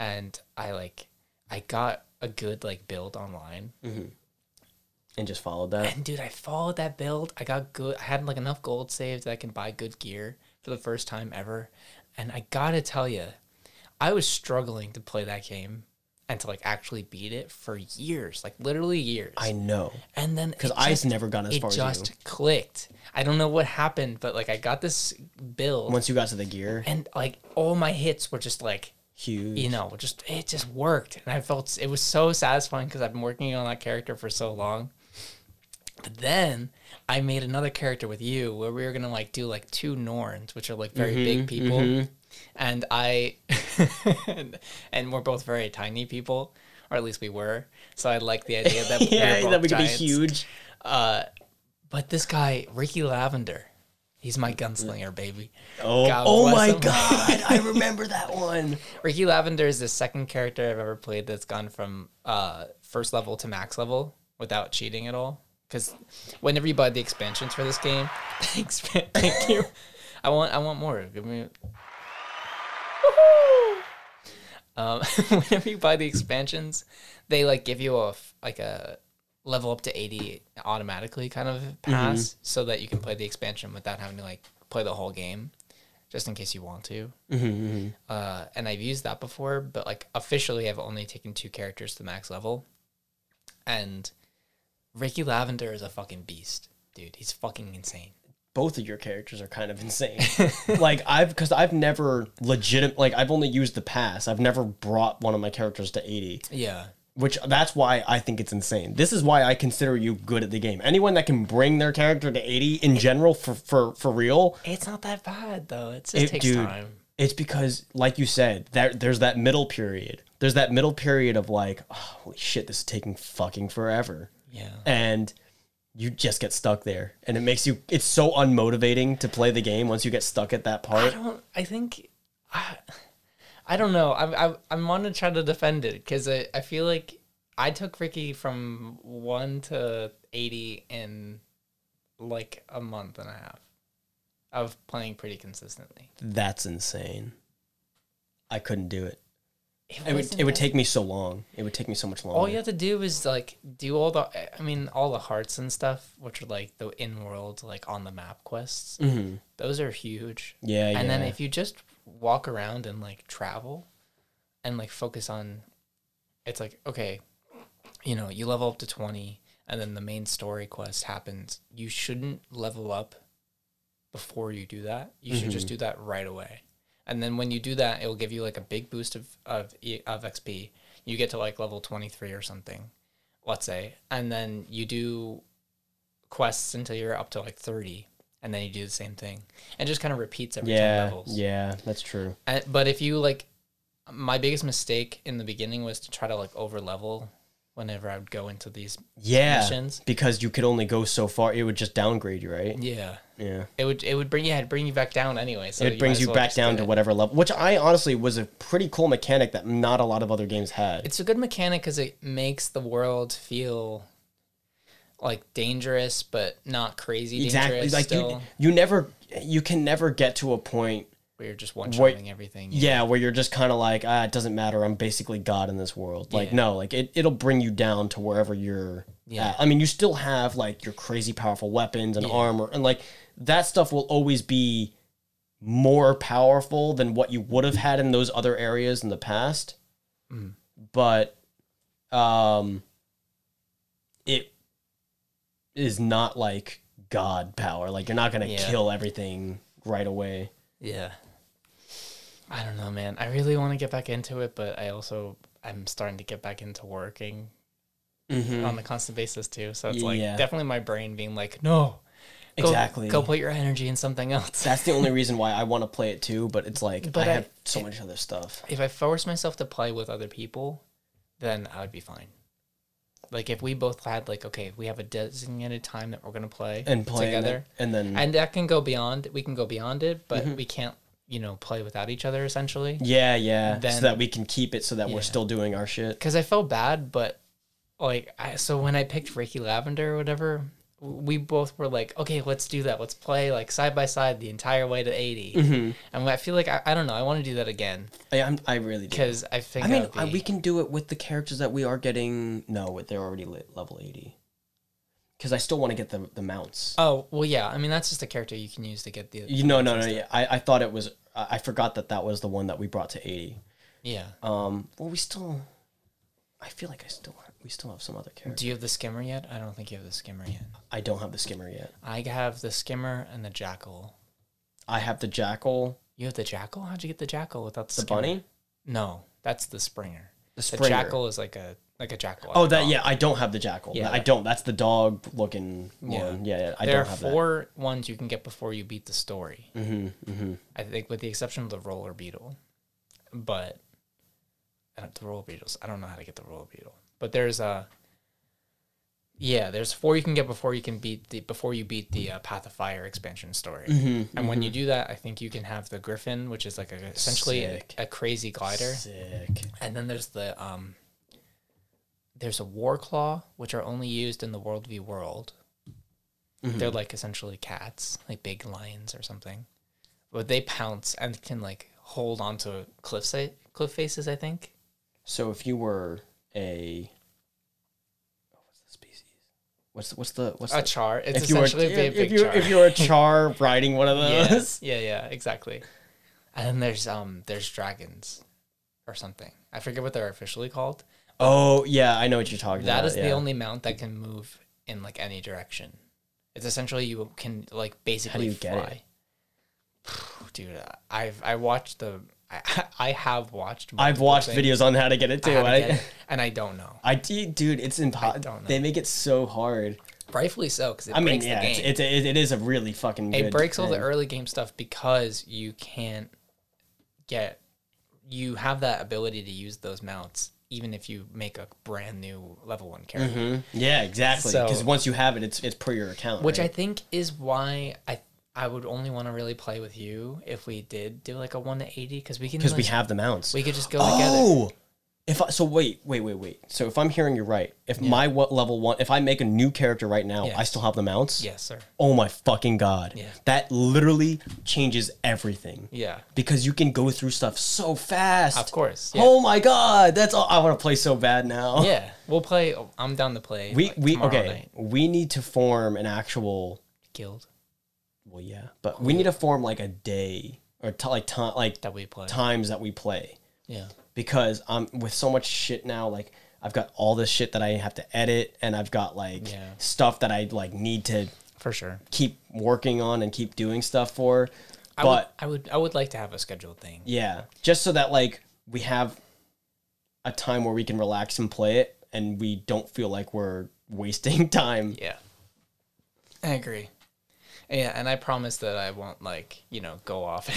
[SPEAKER 1] and I like I got a good like build online.
[SPEAKER 2] And just followed that.
[SPEAKER 1] And dude, I followed that build. I got good I had like enough gold saved that I can buy good gear for the first time ever. And I got to tell you, I was struggling to play that game and to like actually beat it for years, like literally years.
[SPEAKER 2] I know
[SPEAKER 1] and then
[SPEAKER 2] because
[SPEAKER 1] it
[SPEAKER 2] I've
[SPEAKER 1] just-
[SPEAKER 2] never gone as
[SPEAKER 1] it
[SPEAKER 2] far
[SPEAKER 1] just
[SPEAKER 2] as you.
[SPEAKER 1] clicked. I don't know what happened, but like I got this build
[SPEAKER 2] Once you got to the gear,
[SPEAKER 1] and like all my hits were just like
[SPEAKER 2] huge.
[SPEAKER 1] you know, just it just worked, and I felt it was so satisfying because I've been working on that character for so long. But then I made another character with you where we were gonna like do like two Norns, which are like very
[SPEAKER 2] Mm-hmm,
[SPEAKER 1] big people, and I and, and we're both very tiny people, or at least we were. So I like the idea that
[SPEAKER 2] yeah,
[SPEAKER 1] we were both
[SPEAKER 2] that we could be
[SPEAKER 1] giants.
[SPEAKER 2] huge.
[SPEAKER 1] But this guy, Ricky Lavender, he's my gunslinger, baby.
[SPEAKER 2] Oh,
[SPEAKER 1] God
[SPEAKER 2] oh
[SPEAKER 1] bless
[SPEAKER 2] my
[SPEAKER 1] him.
[SPEAKER 2] god! I remember that one.
[SPEAKER 1] Ricky Lavender is the second character I've ever played that's gone from uh, first level to max level without cheating at all. Because whenever you buy the expansions for this game, expan- thank you. I want I want more. Give me. Woohoo! Um, whenever you buy the expansions, they like give you a f- like a level up to eighty automatically kind of pass, so that you can play the expansion without having to like play the whole game, just in case you want to uh, and I've used that before, but like officially, I've only taken two characters to max level, and Ricky Lavender is a fucking beast, dude. He's fucking insane.
[SPEAKER 2] both of your characters are kind of insane. like I've because I've never legitimate like I've only used the pass. I've never brought one of my characters to eighty,
[SPEAKER 1] Yeah,
[SPEAKER 2] which that's why I think it's insane. This is why I consider you good at the game. Anyone that can bring their character to eighty in general for for for real,
[SPEAKER 1] it's not that bad though. It just
[SPEAKER 2] it-
[SPEAKER 1] takes
[SPEAKER 2] dude,
[SPEAKER 1] time.
[SPEAKER 2] it's because like you said, that there's that middle period. There's that middle period of like, "Oh, holy shit, this is taking fucking forever,
[SPEAKER 1] Yeah,
[SPEAKER 2] and you just get stuck there, and it makes you. It's so unmotivating to play the game once you get stuck at that
[SPEAKER 1] I
[SPEAKER 2] part.
[SPEAKER 1] don't. I think. I, I don't know. I, I I'm want to try to defend it because I, I feel like I took Ricky from one to eighty in like a month and a half of playing pretty consistently.
[SPEAKER 2] That's insane. I couldn't do it. It would
[SPEAKER 1] wasn't
[SPEAKER 2] it would
[SPEAKER 1] that-
[SPEAKER 2] take me so long. It would take me so much longer.
[SPEAKER 1] All you have to do is like do all the, I mean, all the hearts and stuff, which are like the in world, like on the map quests.
[SPEAKER 2] Mhm.
[SPEAKER 1] Those are huge.
[SPEAKER 2] Yeah, yeah.
[SPEAKER 1] and then if you just walk around and like travel and like focus on it's like okay you know you level up to 20 and then the main story quest happens you shouldn't level up before you do that you should just
[SPEAKER 2] Mm-hmm.
[SPEAKER 1] do that right away and then when you do that it'll give you like a big boost of of E- of xp you get to like level 23 or something let's say and then you do quests until you're up to like 30 and then you do the same thing and just kind of repeats every 10
[SPEAKER 2] yeah,
[SPEAKER 1] levels
[SPEAKER 2] yeah, that's true.
[SPEAKER 1] and, but if you like, my biggest mistake in the beginning was to try to like over level whenever I would go into these
[SPEAKER 2] Yeah,
[SPEAKER 1] missions.
[SPEAKER 2] because you could only go so far. It would just downgrade you, right?
[SPEAKER 1] Yeah,
[SPEAKER 2] Yeah.
[SPEAKER 1] it would it would bring yeah it'd bring you back down anyway. So
[SPEAKER 2] it brings
[SPEAKER 1] might as
[SPEAKER 2] you
[SPEAKER 1] well
[SPEAKER 2] back
[SPEAKER 1] just do
[SPEAKER 2] down to
[SPEAKER 1] it.
[SPEAKER 2] whatever level, which I honestly was a pretty cool mechanic that not a lot of other games had.
[SPEAKER 1] It's a good mechanic because it makes the world feel like dangerous, but not crazy dangerous.
[SPEAKER 2] Exactly, like
[SPEAKER 1] still.
[SPEAKER 2] you, you never, you can never get to a point,
[SPEAKER 1] where you're just one shotting everything.
[SPEAKER 2] yeah, where you're just kind of like, ah, it doesn't matter. I'm basically god in this world. Like,
[SPEAKER 1] Yeah.
[SPEAKER 2] no, like it, it'll bring you down to wherever you're.
[SPEAKER 1] Yeah.
[SPEAKER 2] at. I mean, you still have like your crazy powerful weapons and armor, and like that stuff will always be more powerful than what you would have had in those other areas in the past.
[SPEAKER 1] Mm.
[SPEAKER 2] But um it is not like god power. Like you're not going to
[SPEAKER 1] Yeah.
[SPEAKER 2] kill everything right away.
[SPEAKER 1] Yeah. I don't know, man. I really want to get back into it, but I also I'm starting to get back into working on a constant basis too. So it's like
[SPEAKER 2] Mm. Yeah.
[SPEAKER 1] definitely my brain being like, no, go,
[SPEAKER 2] Exactly.
[SPEAKER 1] go put your energy in something else.
[SPEAKER 2] That's the only reason why I want to play it too, but it's like
[SPEAKER 1] But
[SPEAKER 2] I
[SPEAKER 1] I-
[SPEAKER 2] have so much other stuff.
[SPEAKER 1] if I force myself to play with other people, then I would be fine. Like if we both had like okay, we have a designated time that we're gonna play
[SPEAKER 2] And playing
[SPEAKER 1] together,
[SPEAKER 2] it, Mm-hmm. and then
[SPEAKER 1] and that can go beyond. We can go beyond it, but we can't, you know, play without each other essentially.
[SPEAKER 2] yeah, yeah, so
[SPEAKER 1] then-
[SPEAKER 2] that we can keep it so that we're
[SPEAKER 1] Yeah.
[SPEAKER 2] still doing our shit.
[SPEAKER 1] because I felt bad, but like, I, so when I picked Ricky Lavender or whatever, w- we both were like, okay, let's do that. Let's play like side by side the entire way to 80.
[SPEAKER 2] Mm-hmm.
[SPEAKER 1] And I feel like, I, I don't know, I want to do that again
[SPEAKER 2] I I'm, I really do.
[SPEAKER 1] because I think
[SPEAKER 2] I mean,
[SPEAKER 1] that would
[SPEAKER 2] I,
[SPEAKER 1] be-
[SPEAKER 2] we can do it with the characters that we are getting. No, they're already lit, level 80. Cuz I still want to get the the mounts.
[SPEAKER 1] oh, well, yeah. I mean, that's just a character you can use to get the,
[SPEAKER 2] You no no no. Yeah, I, I thought it was. I I forgot that that was the one that we brought to eighty.
[SPEAKER 1] yeah.
[SPEAKER 2] Um. Well, we still. I feel like I still have, we still have some other characters.
[SPEAKER 1] Do you have the skimmer yet? I don't think you have the skimmer yet.
[SPEAKER 2] I don't have the skimmer yet.
[SPEAKER 1] I have the skimmer and the jackal.
[SPEAKER 2] I have the jackal,
[SPEAKER 1] You have the jackal? How'd you get the jackal without the,
[SPEAKER 2] the
[SPEAKER 1] skimmer?
[SPEAKER 2] bunny,
[SPEAKER 1] No, that's the springer.
[SPEAKER 2] the
[SPEAKER 1] The
[SPEAKER 2] springer.
[SPEAKER 1] jackal is like a like a jackal.
[SPEAKER 2] Oh, that yeah. I don't have the jackal.
[SPEAKER 1] Yeah.
[SPEAKER 2] I don't. That's the dog looking
[SPEAKER 1] Yeah.
[SPEAKER 2] one. Yeah, yeah. I
[SPEAKER 1] there are
[SPEAKER 2] don't have that.
[SPEAKER 1] four ones you can get before you beat the story.
[SPEAKER 2] Mm-hmm, mm-hmm.
[SPEAKER 1] I think, with the exception of the roller beetle, but I don't- the roller beetles. I don't know how to get the roller beetle, but there's a yeah. There's four you can get before you can beat the before you beat the uh, Path of Fire expansion story. and
[SPEAKER 2] Mm-hmm,
[SPEAKER 1] when you do that, I think you can have the Griffin, which is like a, essentially a,
[SPEAKER 2] Sick.
[SPEAKER 1] a crazy glider,
[SPEAKER 2] Sick.
[SPEAKER 1] and then there's the um. There's a war claw, which are only used in the World v World.
[SPEAKER 2] Mm-hmm.
[SPEAKER 1] They're like essentially cats, like big lions or something. But they pounce and can like hold onto cliff si- cliff faces, I think.
[SPEAKER 2] So if you were a. oh, What's the species? What's the, what's the what's
[SPEAKER 1] A
[SPEAKER 2] the,
[SPEAKER 1] char. It's
[SPEAKER 2] if you were
[SPEAKER 1] essentially a big,
[SPEAKER 2] if
[SPEAKER 1] big
[SPEAKER 2] you
[SPEAKER 1] char.
[SPEAKER 2] if you were a char riding one of those.
[SPEAKER 1] yeah, yeah, yeah, exactly. And then there's um there's dragons or something. I forget what they're officially called.
[SPEAKER 2] Oh yeah, I know what you're talking about.
[SPEAKER 1] That is the
[SPEAKER 2] yeah.
[SPEAKER 1] only mount that can move in like any direction. It's essentially you can like basically
[SPEAKER 2] you
[SPEAKER 1] fly.
[SPEAKER 2] get it?
[SPEAKER 1] Dude, I've I watched the I, I have watched
[SPEAKER 2] I've
[SPEAKER 1] multiple
[SPEAKER 2] watched
[SPEAKER 1] things.
[SPEAKER 2] videos on how to get it too.
[SPEAKER 1] how to
[SPEAKER 2] I,
[SPEAKER 1] get it, and I don't know.
[SPEAKER 2] I do- dude, it's impossible.
[SPEAKER 1] don't know.
[SPEAKER 2] They make it so hard.
[SPEAKER 1] Rightfully so, because it
[SPEAKER 2] I mean,
[SPEAKER 1] breaks
[SPEAKER 2] yeah,
[SPEAKER 1] the
[SPEAKER 2] it's,
[SPEAKER 1] game.
[SPEAKER 2] it's it, it is a really fucking.
[SPEAKER 1] it
[SPEAKER 2] good
[SPEAKER 1] breaks all the
[SPEAKER 2] thing.
[SPEAKER 1] early game stuff because you can't get. You have that ability to use those mounts even if you make a brand new level one character.
[SPEAKER 2] Mm-hmm. Yeah, exactly.
[SPEAKER 1] So-
[SPEAKER 2] Because once you have it, it's it's per your account.
[SPEAKER 1] Which I
[SPEAKER 2] right?
[SPEAKER 1] think is why I I would only want to really play with you if we did do like a one to eighty because we can
[SPEAKER 2] because we
[SPEAKER 1] like-
[SPEAKER 2] have the mounts.
[SPEAKER 1] we could just go together.
[SPEAKER 2] oh, if I, so, wait, wait, wait, wait. So if I'm hearing you right, if my what level one, if I make a new character right now, I
[SPEAKER 1] Yes.
[SPEAKER 2] still have the mounts.
[SPEAKER 1] Yes, sir.
[SPEAKER 2] Oh my fucking god.
[SPEAKER 1] Yeah.
[SPEAKER 2] That literally changes everything.
[SPEAKER 1] Yeah.
[SPEAKER 2] Because you can go through stuff so fast.
[SPEAKER 1] Of course, yeah.
[SPEAKER 2] Oh my god, that's all I want to play so bad now.
[SPEAKER 1] Yeah, we'll play. oh, I'm down to play.
[SPEAKER 2] We
[SPEAKER 1] like,
[SPEAKER 2] we
[SPEAKER 1] tomorrow
[SPEAKER 2] okay.
[SPEAKER 1] night.
[SPEAKER 2] We need to form an actual.
[SPEAKER 1] guild
[SPEAKER 2] Well, yeah, but we need to form like a day or t- like time like
[SPEAKER 1] that we play.
[SPEAKER 2] times that we play
[SPEAKER 1] Yeah,
[SPEAKER 2] because I'm with so much shit now. Like I've got all this shit that I have to edit, and I've got like
[SPEAKER 1] Yeah.
[SPEAKER 2] stuff that I like need to
[SPEAKER 1] for sure.
[SPEAKER 2] keep working on and keep doing stuff for.
[SPEAKER 1] I
[SPEAKER 2] but
[SPEAKER 1] would, I would I would like to have a scheduled thing.
[SPEAKER 2] Yeah, just so that like we have a time where we can relax and play it, and we don't feel like we're wasting time.
[SPEAKER 1] Yeah. I agree. Yeah, and I promise that I won't like, you know, go off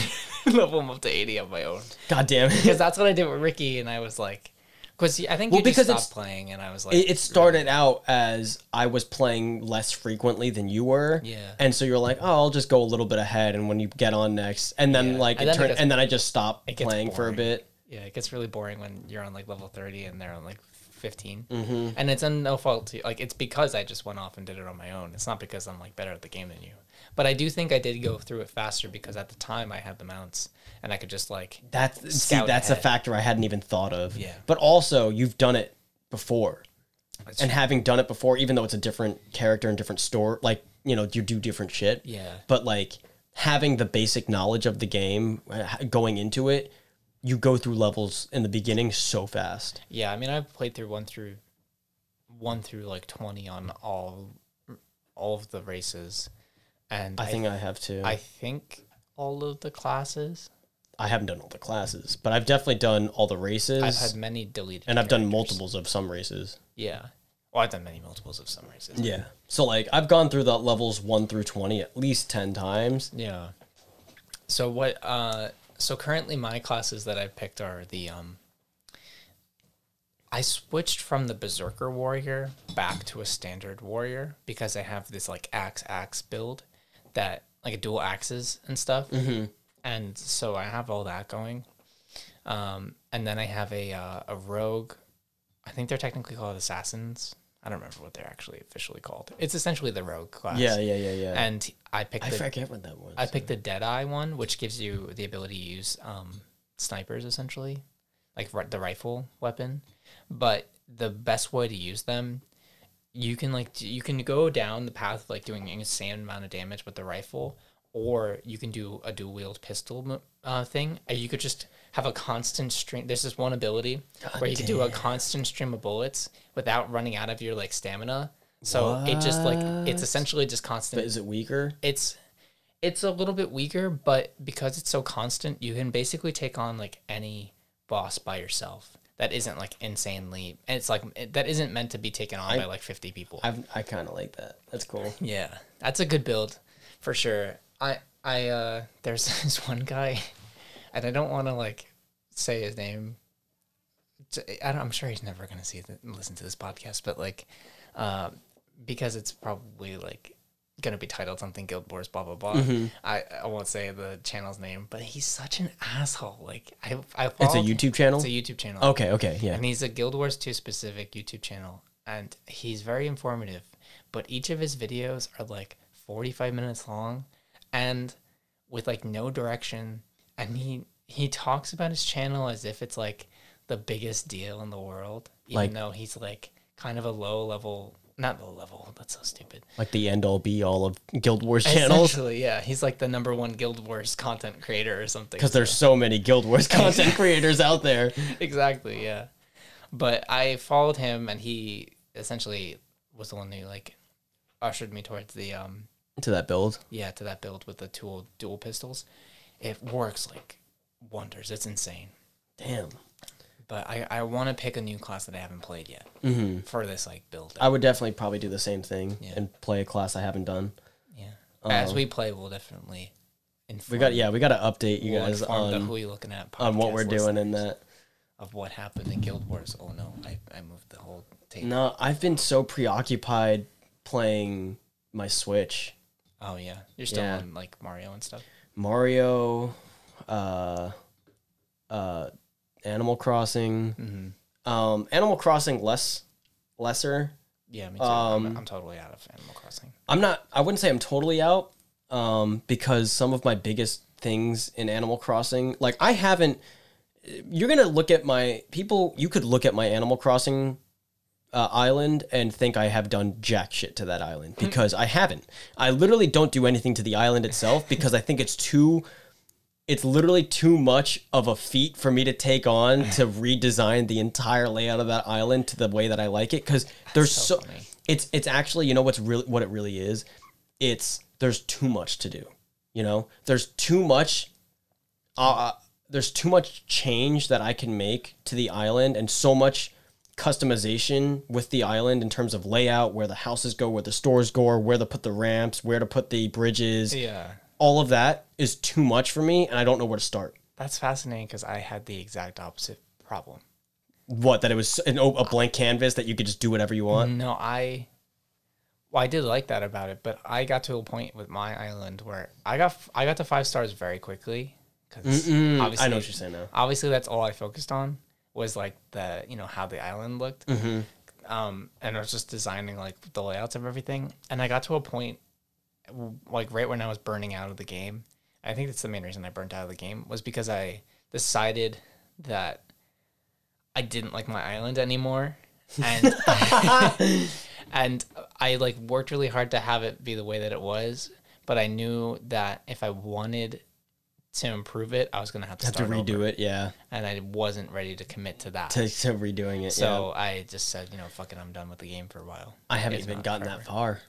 [SPEAKER 1] and level him up to 80 on my own.
[SPEAKER 2] God damn it!
[SPEAKER 1] Cuz that's what I did with Ricky and I was like cuz I think
[SPEAKER 2] Well,
[SPEAKER 1] you just
[SPEAKER 2] because
[SPEAKER 1] stopped
[SPEAKER 2] it's-
[SPEAKER 1] playing and I was like
[SPEAKER 2] It, it started out as I was playing less frequently than you were,
[SPEAKER 1] Yeah.
[SPEAKER 2] and so you're like, "Oh, I'll just go a little bit ahead," and when you get on next, and then
[SPEAKER 1] Yeah.
[SPEAKER 2] like
[SPEAKER 1] And
[SPEAKER 2] it
[SPEAKER 1] then it
[SPEAKER 2] turned,
[SPEAKER 1] gets-
[SPEAKER 2] and then I just stopped
[SPEAKER 1] gets
[SPEAKER 2] playing for a
[SPEAKER 1] boring.
[SPEAKER 2] bit.
[SPEAKER 1] yeah, it gets really boring when you're on like level 30 and they're on like 15. Mm-hmm. And it's on no fault to like it's because I just went off and did it on my own. It's not because I'm like better at the game than you. But I do think I did go through it faster because at the time I had the mounts and I could just like
[SPEAKER 2] That's see,
[SPEAKER 1] Scout
[SPEAKER 2] that's a
[SPEAKER 1] ahead.
[SPEAKER 2] factor I hadn't even thought of.
[SPEAKER 1] Yeah.
[SPEAKER 2] But also, you've done it before,
[SPEAKER 1] That's
[SPEAKER 2] and having done it before, even though it's a different character and different store, like you know, you do different shit.
[SPEAKER 1] Yeah.
[SPEAKER 2] But like having the basic knowledge of the game uh, going into it, you go through levels in the beginning so fast.
[SPEAKER 1] Yeah, I mean, I've played through one through one through like twenty on all all of the races, and
[SPEAKER 2] I think I have to.
[SPEAKER 1] I
[SPEAKER 2] I,
[SPEAKER 1] think all of the classes.
[SPEAKER 2] haven't done all the classes, but I've definitely done all the races,
[SPEAKER 1] I've had many deleted,
[SPEAKER 2] and I've
[SPEAKER 1] characters.
[SPEAKER 2] done multiples of some races.
[SPEAKER 1] Yeah, well, I've done many multiples of some races.
[SPEAKER 2] Yeah. So like I've gone through the levels one through twenty at least ten times.
[SPEAKER 1] Yeah. So what? Uh, so currently, my classes that I picked are the um. I switched from the berserker warrior back to a standard warrior because I have this like axe axe build that like a dual axes and stuff,
[SPEAKER 2] Mm-hmm.
[SPEAKER 1] and so I have all that going. Um, and then I have a uh, a rogue. I think they're technically called assassins. I don't remember what they're actually officially called. It's essentially the rogue class.
[SPEAKER 2] Yeah, yeah, yeah, yeah.
[SPEAKER 1] And I picked
[SPEAKER 2] I
[SPEAKER 1] the
[SPEAKER 2] forget what that was.
[SPEAKER 1] I picked the Deadeye one, which gives you the ability to use um, snipers essentially, like ri- the rifle weapon. But the best way to use them, you can like d- you can go down the path of like doing an insane amount of damage with the rifle, or you can do a dual wield pistol mo- uh, thing. Or you could just have a constant stream. There's this one ability where you can do a constant stream of bullets without running out of your like stamina. So it just like it's essentially just constant
[SPEAKER 2] But is it weaker?
[SPEAKER 1] it's it's a little bit weaker, but because it's so constant, you can basically take on like any boss by yourself. That isn't like insanely, and it's like it- that isn't meant to be taken on by like fifty people.
[SPEAKER 2] I've, I kind of like that. That's cool.
[SPEAKER 1] yeah, that's a good build for sure. I I uh there's this one guy, and I don't want to like say his name. It's- I don't, I'm sure he's never gonna see th- listen to this podcast, but like, uh, because it's probably like gonna be titled something Guild Wars blah blah blah.
[SPEAKER 2] Mm-hmm.
[SPEAKER 1] I, I won't say the channel's name, but he's such an asshole. Like I I
[SPEAKER 2] It's a
[SPEAKER 1] followed-
[SPEAKER 2] YouTube channel.
[SPEAKER 1] it's a YouTube channel.
[SPEAKER 2] okay, okay, yeah.
[SPEAKER 1] And he's a Guild Wars 2 specific YouTube channel. And he's very informative. But each of his videos are like 45 minutes long and with like no direction. And he he talks about his channel as if it's like the biggest deal in the world. Even
[SPEAKER 2] Like-
[SPEAKER 1] though he's like kind of a low level not low level, that's so stupid.
[SPEAKER 2] Like the end all be all of Guild Wars channels
[SPEAKER 1] Essentially, yeah. He's like the number one Guild Wars content creator or something.
[SPEAKER 2] because there's so many Guild Wars content creators out there.
[SPEAKER 1] exactly yeah but i followed him and he essentially was the one who like ushered me towards the um
[SPEAKER 2] To that build,
[SPEAKER 1] yeah to that build with the two dual pistols it works like wonders it's insane
[SPEAKER 2] damn.
[SPEAKER 1] but i i want to pick a new class that i haven't played yet
[SPEAKER 2] Mm-hmm.
[SPEAKER 1] for this like build
[SPEAKER 2] I would definitely probably do the same thing and play a class I haven't done.
[SPEAKER 1] yeah as we play we'll definitely
[SPEAKER 2] Uh-huh. We got yeah, we got to update you
[SPEAKER 1] we'll
[SPEAKER 2] guys
[SPEAKER 1] inform the
[SPEAKER 2] on
[SPEAKER 1] who you looking at
[SPEAKER 2] on what
[SPEAKER 1] podcast
[SPEAKER 2] we're
[SPEAKER 1] listeners.
[SPEAKER 2] doing in that.
[SPEAKER 1] of what happened in Guild Wars. Oh no, I, I moved the whole table.
[SPEAKER 2] No, I've been so preoccupied playing my Switch.
[SPEAKER 1] Oh yeah, you're still
[SPEAKER 2] Yeah.
[SPEAKER 1] on like Mario and stuff.
[SPEAKER 2] Mario, uh, uh, Animal Crossing.
[SPEAKER 1] Mm-hmm.
[SPEAKER 2] Um, Animal Crossing less, lesser.
[SPEAKER 1] Yeah, me too. I'm- I'm, totally out of Animal Crossing.
[SPEAKER 2] I'm not. I wouldn't say I'm totally out. Um, because some of my biggest things in Animal Crossing, like I haven't. You're gonna look at my people. You could look at my Animal Crossing uh, island and think I have done jack shit to that island because I haven't. I literally don't do anything to the island itself because I think it's too. It's literally too much of a feat for me to take on to redesign the entire layout of that island to the way that I like it because there's so,
[SPEAKER 1] funny.
[SPEAKER 2] it's it's actually you know what's really what it really is it's there's too much to do you know there's too much uh, there's too much change that I can make to the island and so much customization with the island in terms of layout, where the houses go, where the stores go, where to put the ramps, where to put the bridges.
[SPEAKER 1] Yeah,
[SPEAKER 2] All of that is too much for me, and I don't know where to start.
[SPEAKER 1] that's fascinating because I had the exact opposite problem.
[SPEAKER 2] What that it was an, o- a blank canvas that you could just do whatever you want.
[SPEAKER 1] No, I. Well, I did like that about it, but I got to a point with my island where I got I got to five stars very quickly because
[SPEAKER 2] Mm,
[SPEAKER 1] obviously
[SPEAKER 2] I know what you're saying now.
[SPEAKER 1] obviously that's all I focused on was like the you know how the island looked, um, and I was just designing like the layouts of everything. And I got to a point, w- like right when I was burning out of the game. I think that's the main reason I burnt out of the game was because I decided that I didn't like my island anymore, and and I like worked really hard to have it be the way that it was. But I knew that if I wanted to improve it, I was gonna have to
[SPEAKER 2] Have to
[SPEAKER 1] start over
[SPEAKER 2] redo it, yeah.
[SPEAKER 1] and I wasn't ready to commit to that.
[SPEAKER 2] To, to redoing it.
[SPEAKER 1] so
[SPEAKER 2] yeah.
[SPEAKER 1] I just said, you know, fucking, I'm done with the game for a while.
[SPEAKER 2] I haven't
[SPEAKER 1] It's
[SPEAKER 2] even
[SPEAKER 1] not
[SPEAKER 2] gotten that far.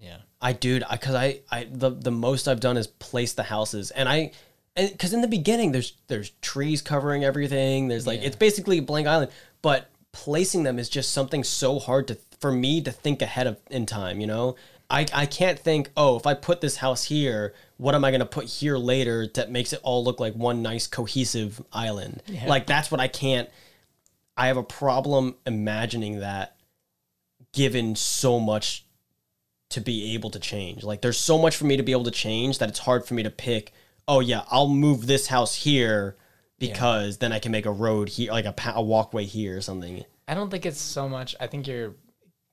[SPEAKER 1] Yeah,
[SPEAKER 2] I dude, I cause I, I the the most I've done is place the houses, and I, and cause in the beginning there's there's trees covering everything. There's like it's basically a blank island, but placing them is just something so hard to for me to think ahead of in time. You know, I I can't think. Oh, if I put this house here, what am I gonna put here later that makes it all look like one nice cohesive island? Like that's what I can't. I have a problem imagining that given so much to be able to change. Like there's so much for me to be able to change that it's hard for me to pick, oh yeah, I'll move this house here because then I can make a road here like a, pa- a walkway here or something.
[SPEAKER 1] I don't think it's so much. I think you're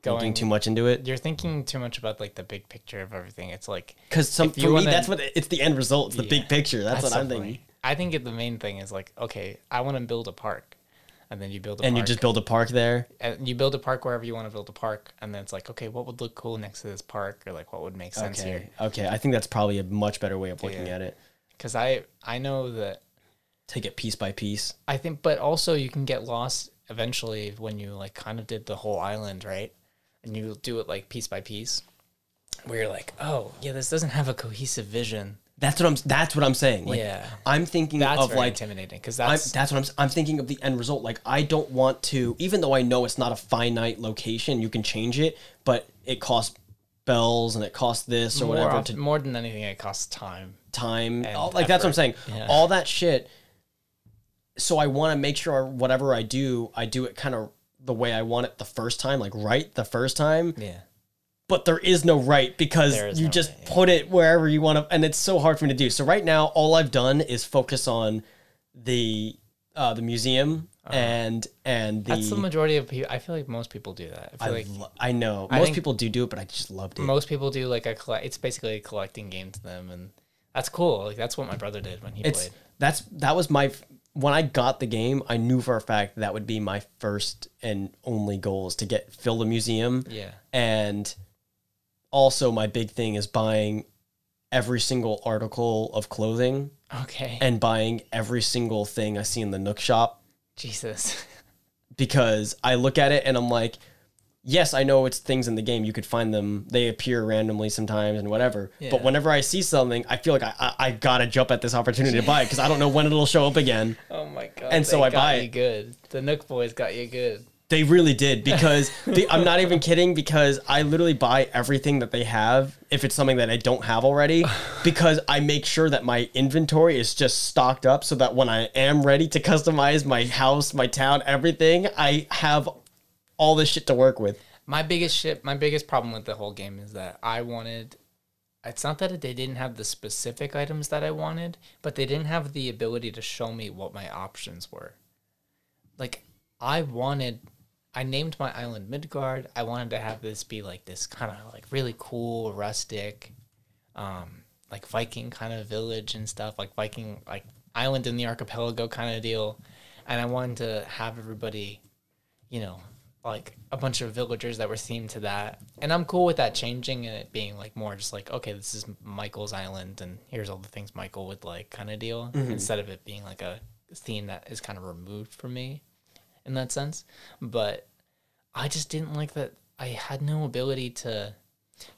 [SPEAKER 2] Doing
[SPEAKER 1] going.
[SPEAKER 2] too much into it
[SPEAKER 1] you're thinking too much about like the big picture of everything. It's like
[SPEAKER 2] cuz some
[SPEAKER 1] If
[SPEAKER 2] for
[SPEAKER 1] you
[SPEAKER 2] me
[SPEAKER 1] wanna-
[SPEAKER 2] that's what it's the end result, it's the
[SPEAKER 1] Yeah.
[SPEAKER 2] big picture. That's, what
[SPEAKER 1] so
[SPEAKER 2] I'm
[SPEAKER 1] funny.
[SPEAKER 2] thinking.
[SPEAKER 1] I think it, the main thing is like, okay, I want to build a park, and then you build a
[SPEAKER 2] And
[SPEAKER 1] park,
[SPEAKER 2] you just build a park there.
[SPEAKER 1] and you build a park wherever you want to build a park, and then it's like, okay, what would look cool next to this park, or like what would make sense here?
[SPEAKER 2] Okay. Okay, I think that's probably a much better way of looking
[SPEAKER 1] Yeah.
[SPEAKER 2] at it.
[SPEAKER 1] Because I I know that
[SPEAKER 2] Take it piece by piece.
[SPEAKER 1] I think, but also you can get lost eventually when you like kind of did the whole island, right? And you do it like piece by piece, where you're like, oh, yeah, this doesn't have a cohesive vision.
[SPEAKER 2] That's what I'm that's what I'm saying. Like
[SPEAKER 1] Yeah.
[SPEAKER 2] I'm thinking
[SPEAKER 1] That's
[SPEAKER 2] of
[SPEAKER 1] very
[SPEAKER 2] like
[SPEAKER 1] intimidating because
[SPEAKER 2] I'm,
[SPEAKER 1] that's
[SPEAKER 2] that's what I'm. s- I'm thinking of the end result. Like I don't want to, even though I know it's not a finite location, you can change it, but it costs bells and it costs this or
[SPEAKER 1] more,
[SPEAKER 2] whatever
[SPEAKER 1] oft-
[SPEAKER 2] to
[SPEAKER 1] more than anything. It costs time.
[SPEAKER 2] time. All- like that's what I'm saying.
[SPEAKER 1] Yeah.
[SPEAKER 2] All that shit. So I want to make sure whatever I do, I do it kind of the way I want it the first time, like right the first time.
[SPEAKER 1] Yeah,
[SPEAKER 2] But there is no right because
[SPEAKER 1] There is
[SPEAKER 2] you
[SPEAKER 1] no
[SPEAKER 2] just
[SPEAKER 1] right,
[SPEAKER 2] put it wherever you want to, and it's so hard for me to do. So right now, all I've done is focus on the uh, the museum and and the.
[SPEAKER 1] Uh-huh. that's the majority of people. I feel like most people do that. I
[SPEAKER 2] I,
[SPEAKER 1] feel like
[SPEAKER 2] lo- I know
[SPEAKER 1] I
[SPEAKER 2] most
[SPEAKER 1] think-
[SPEAKER 2] people do do it, but I just loved it.
[SPEAKER 1] most people do like a collect. It's basically a collecting game to them, and that's cool. Like that's what my brother did when he
[SPEAKER 2] It's
[SPEAKER 1] played.
[SPEAKER 2] that's that was my f- when I got the game. I knew for a fact that would be my first and only goal is to get fill the museum,
[SPEAKER 1] Yeah,
[SPEAKER 2] and also my big thing is buying every single article of clothing
[SPEAKER 1] okay,
[SPEAKER 2] and buying every single thing I see in the Nook shop
[SPEAKER 1] Jesus,
[SPEAKER 2] because I look at it and I'm like, yes, I know it's things in the game. You could find them. They appear randomly sometimes and whatever. But
[SPEAKER 1] Yeah.
[SPEAKER 2] whenever I see something, I feel like I, I, I gotta jump at this opportunity to buy it because I don't know when it'll show up again.
[SPEAKER 1] oh my god,
[SPEAKER 2] And so
[SPEAKER 1] they
[SPEAKER 2] I
[SPEAKER 1] got
[SPEAKER 2] buy
[SPEAKER 1] you
[SPEAKER 2] it.
[SPEAKER 1] good. The Nook boys got you good.
[SPEAKER 2] They really did because the, I'm not even kidding because I literally buy everything that they have if it's something that I don't have already because I make sure that my inventory is just stocked up so that when I am ready to customize my house, my town, everything, I have all this shit to work with.
[SPEAKER 1] My biggest shit, my biggest problem with the whole game is that I wanted. It's not that they didn't have the specific items that I wanted, but they didn't have the ability to show me what my options were. Like I wanted, I named my island Midgard. I wanted to have this be like this kind of like really cool, rustic, um, like Viking kind of village and stuff, like Viking, like island in the archipelago kind of deal. And I wanted to have everybody, you know, like a bunch of villagers that were themed to that. And I'm cool with that changing and it being like more just like, okay, this is Michael's island and here's all the things Michael would like kind of deal
[SPEAKER 2] Mm-hmm.
[SPEAKER 1] instead of it being like a theme that is kind of removed from me in that sense. But I just didn't like that I had no ability to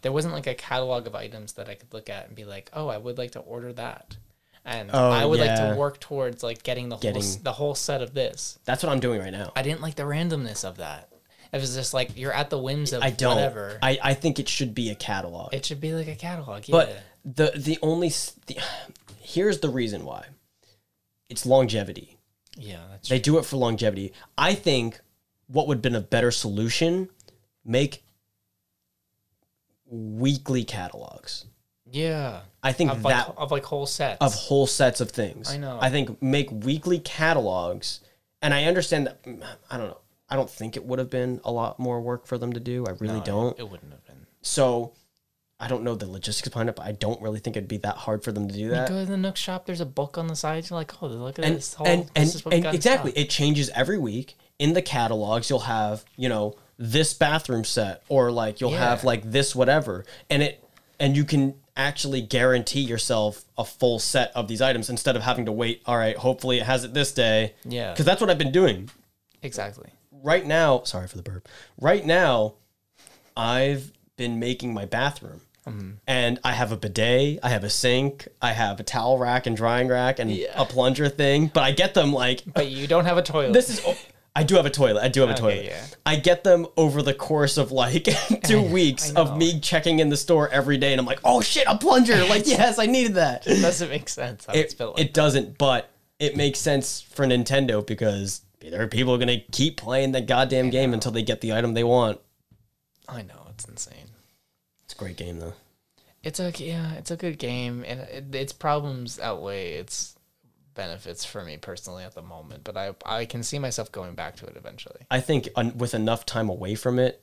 [SPEAKER 1] there wasn't like a catalog of items that I could look at and be like, "Oh, I would like to order that." And
[SPEAKER 2] Oh,
[SPEAKER 1] I would like
[SPEAKER 2] yeah.
[SPEAKER 1] to work towards like getting the whole s-
[SPEAKER 2] Getting-
[SPEAKER 1] the whole set of this.
[SPEAKER 2] That's what I'm doing right now.
[SPEAKER 1] I didn't like the randomness of that. It was just like you're at the whims of
[SPEAKER 2] I don't.
[SPEAKER 1] whatever.
[SPEAKER 2] I, I think it should be a catalog.
[SPEAKER 1] it should be like a catalog. Yeah.
[SPEAKER 2] But the the only s- the, here's the reason why. It's longevity.
[SPEAKER 1] yeah, that's
[SPEAKER 2] They do it for longevity. I think what would have been a better solution make weekly catalogs.
[SPEAKER 1] yeah.
[SPEAKER 2] I think
[SPEAKER 1] Of
[SPEAKER 2] that
[SPEAKER 1] like, of like whole sets.
[SPEAKER 2] of whole sets of things.
[SPEAKER 1] I know.
[SPEAKER 2] I think make weekly catalogs, and I understand that. mm, I don't know. I don't think it would have been a lot more work for them to do. I really don't.
[SPEAKER 1] It wouldn't have been.
[SPEAKER 2] So I don't know the logistics behind it, but I don't really think it'd be that hard for them to do that.
[SPEAKER 1] Go to the Nook shop. There's a book on the side. You're like, oh, look at
[SPEAKER 2] and
[SPEAKER 1] this whole.
[SPEAKER 2] and,
[SPEAKER 1] this
[SPEAKER 2] and,
[SPEAKER 1] is what we
[SPEAKER 2] and
[SPEAKER 1] got in
[SPEAKER 2] exactly
[SPEAKER 1] stock.
[SPEAKER 2] it changes every week in the catalogs you'll have you know this bathroom set or like you'll have
[SPEAKER 1] Yeah.
[SPEAKER 2] like this whatever and it and you can actually guarantee yourself a full set of these items instead of having to wait all right hopefully it has it this day
[SPEAKER 1] Yeah.
[SPEAKER 2] because that's what i've been doing
[SPEAKER 1] Exactly.
[SPEAKER 2] right now sorry for the burp right now i've been making my bathroom and i have a bidet i have a sink i have a towel rack and drying rack and a plunger thing but i get them like
[SPEAKER 1] But you don't have a toilet.
[SPEAKER 2] this is oh, i do have a toilet i do have a toilet
[SPEAKER 1] yeah.
[SPEAKER 2] i get them over the course of like two weeks of me checking in the store every day and i'm like oh shit a plunger like yes i needed that
[SPEAKER 1] doesn't make sense. How it's
[SPEAKER 2] it,
[SPEAKER 1] built like.
[SPEAKER 2] it doesn't, but it makes sense for Nintendo because there are people going to keep playing that goddamn game until they get the item they want.
[SPEAKER 1] I know it's insane.
[SPEAKER 2] It's a great game though.
[SPEAKER 1] It's a yeah, it's a good game, and it, its problems outweigh its benefits for me personally at the moment. But I I can see myself going back to it eventually.
[SPEAKER 2] I think un- with enough time away from it,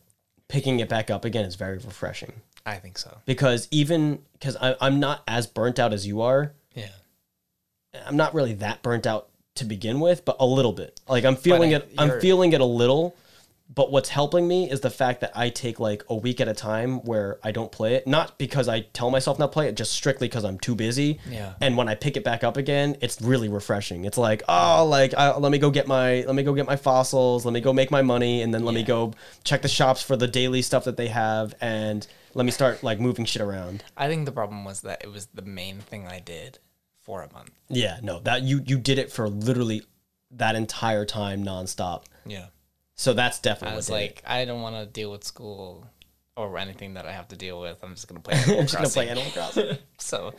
[SPEAKER 2] picking it back up again is very refreshing
[SPEAKER 1] I think so.
[SPEAKER 2] because even because I'm not as burnt out as you are.
[SPEAKER 1] Yeah,
[SPEAKER 2] I'm not really that burnt out to begin with, but a little bit. Like I'm feeling
[SPEAKER 1] I-
[SPEAKER 2] it. I'm
[SPEAKER 1] you're-
[SPEAKER 2] feeling it a little. But what's helping me is the fact that I take like a week at a time where I don't play it, not because I tell myself not to play it, just strictly because I'm too busy.
[SPEAKER 1] Yeah.
[SPEAKER 2] And when I pick it back up again, it's really refreshing. It's like, oh, like I, let me go get my let me go get my fossils, let me go make my money, and then let me go check the shops for the daily stuff that they have, and let me start like moving shit around.
[SPEAKER 1] I think the problem was that it was the main thing I did for a month.
[SPEAKER 2] Yeah, no, that you you did it for literally that entire time nonstop.
[SPEAKER 1] Yeah,
[SPEAKER 2] So that's definitely
[SPEAKER 1] I
[SPEAKER 2] what
[SPEAKER 1] was
[SPEAKER 2] did it.
[SPEAKER 1] like, I don't want to deal with school or anything that I have to deal with. I'm just gonna play. Animal
[SPEAKER 2] I'm just gonna play
[SPEAKER 1] Crossing.
[SPEAKER 2] Animal Crossing.
[SPEAKER 1] So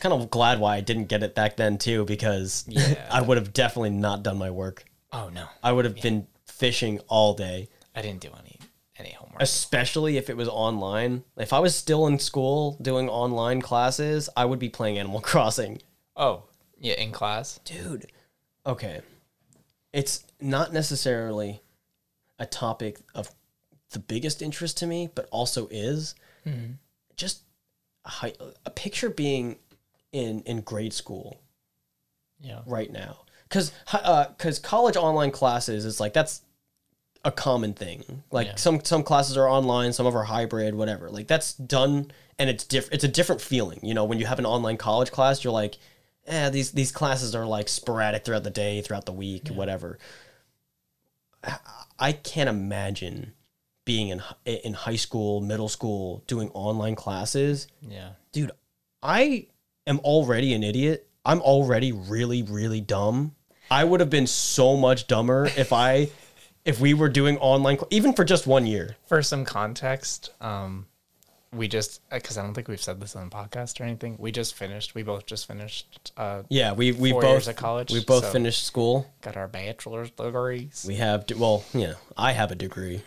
[SPEAKER 2] kind of glad why I didn't get it back then too, because
[SPEAKER 1] Yeah.
[SPEAKER 2] I would have definitely not done my work.
[SPEAKER 1] oh no,
[SPEAKER 2] I would have been fishing all day,
[SPEAKER 1] I didn't do any any homework.
[SPEAKER 2] especially if it was online. If I was still in school doing online classes, I would be playing Animal Crossing.
[SPEAKER 1] Oh yeah, in class.
[SPEAKER 2] dude okay it's not necessarily a topic of the biggest interest to me but also is just a, hi- a picture being in in grade school
[SPEAKER 1] Yeah.
[SPEAKER 2] right now because because college online classes is like that's a common thing like
[SPEAKER 1] Yeah.
[SPEAKER 2] some some classes are online some of are hybrid whatever like that's done and it's different it's a different feeling you know when you have an online college class you're like eh, these these classes are like sporadic throughout the day throughout the week whatever I- i can't imagine being in hi- in high school middle school doing online classes
[SPEAKER 1] Yeah.
[SPEAKER 2] dude, I am already an idiot. I'm already really, really dumb. I would have been so much dumber if I if we were doing online, cl- even for just one year.
[SPEAKER 1] For some context, um, we just because I don't think we've said this on the podcast or anything. We just finished. We both just finished. Uh,
[SPEAKER 2] Yeah, we we
[SPEAKER 1] Four
[SPEAKER 2] both
[SPEAKER 1] years of college,
[SPEAKER 2] We both
[SPEAKER 1] so-
[SPEAKER 2] finished school.
[SPEAKER 1] got our bachelor's degrees.
[SPEAKER 2] We have d- well, yeah, I have a degree.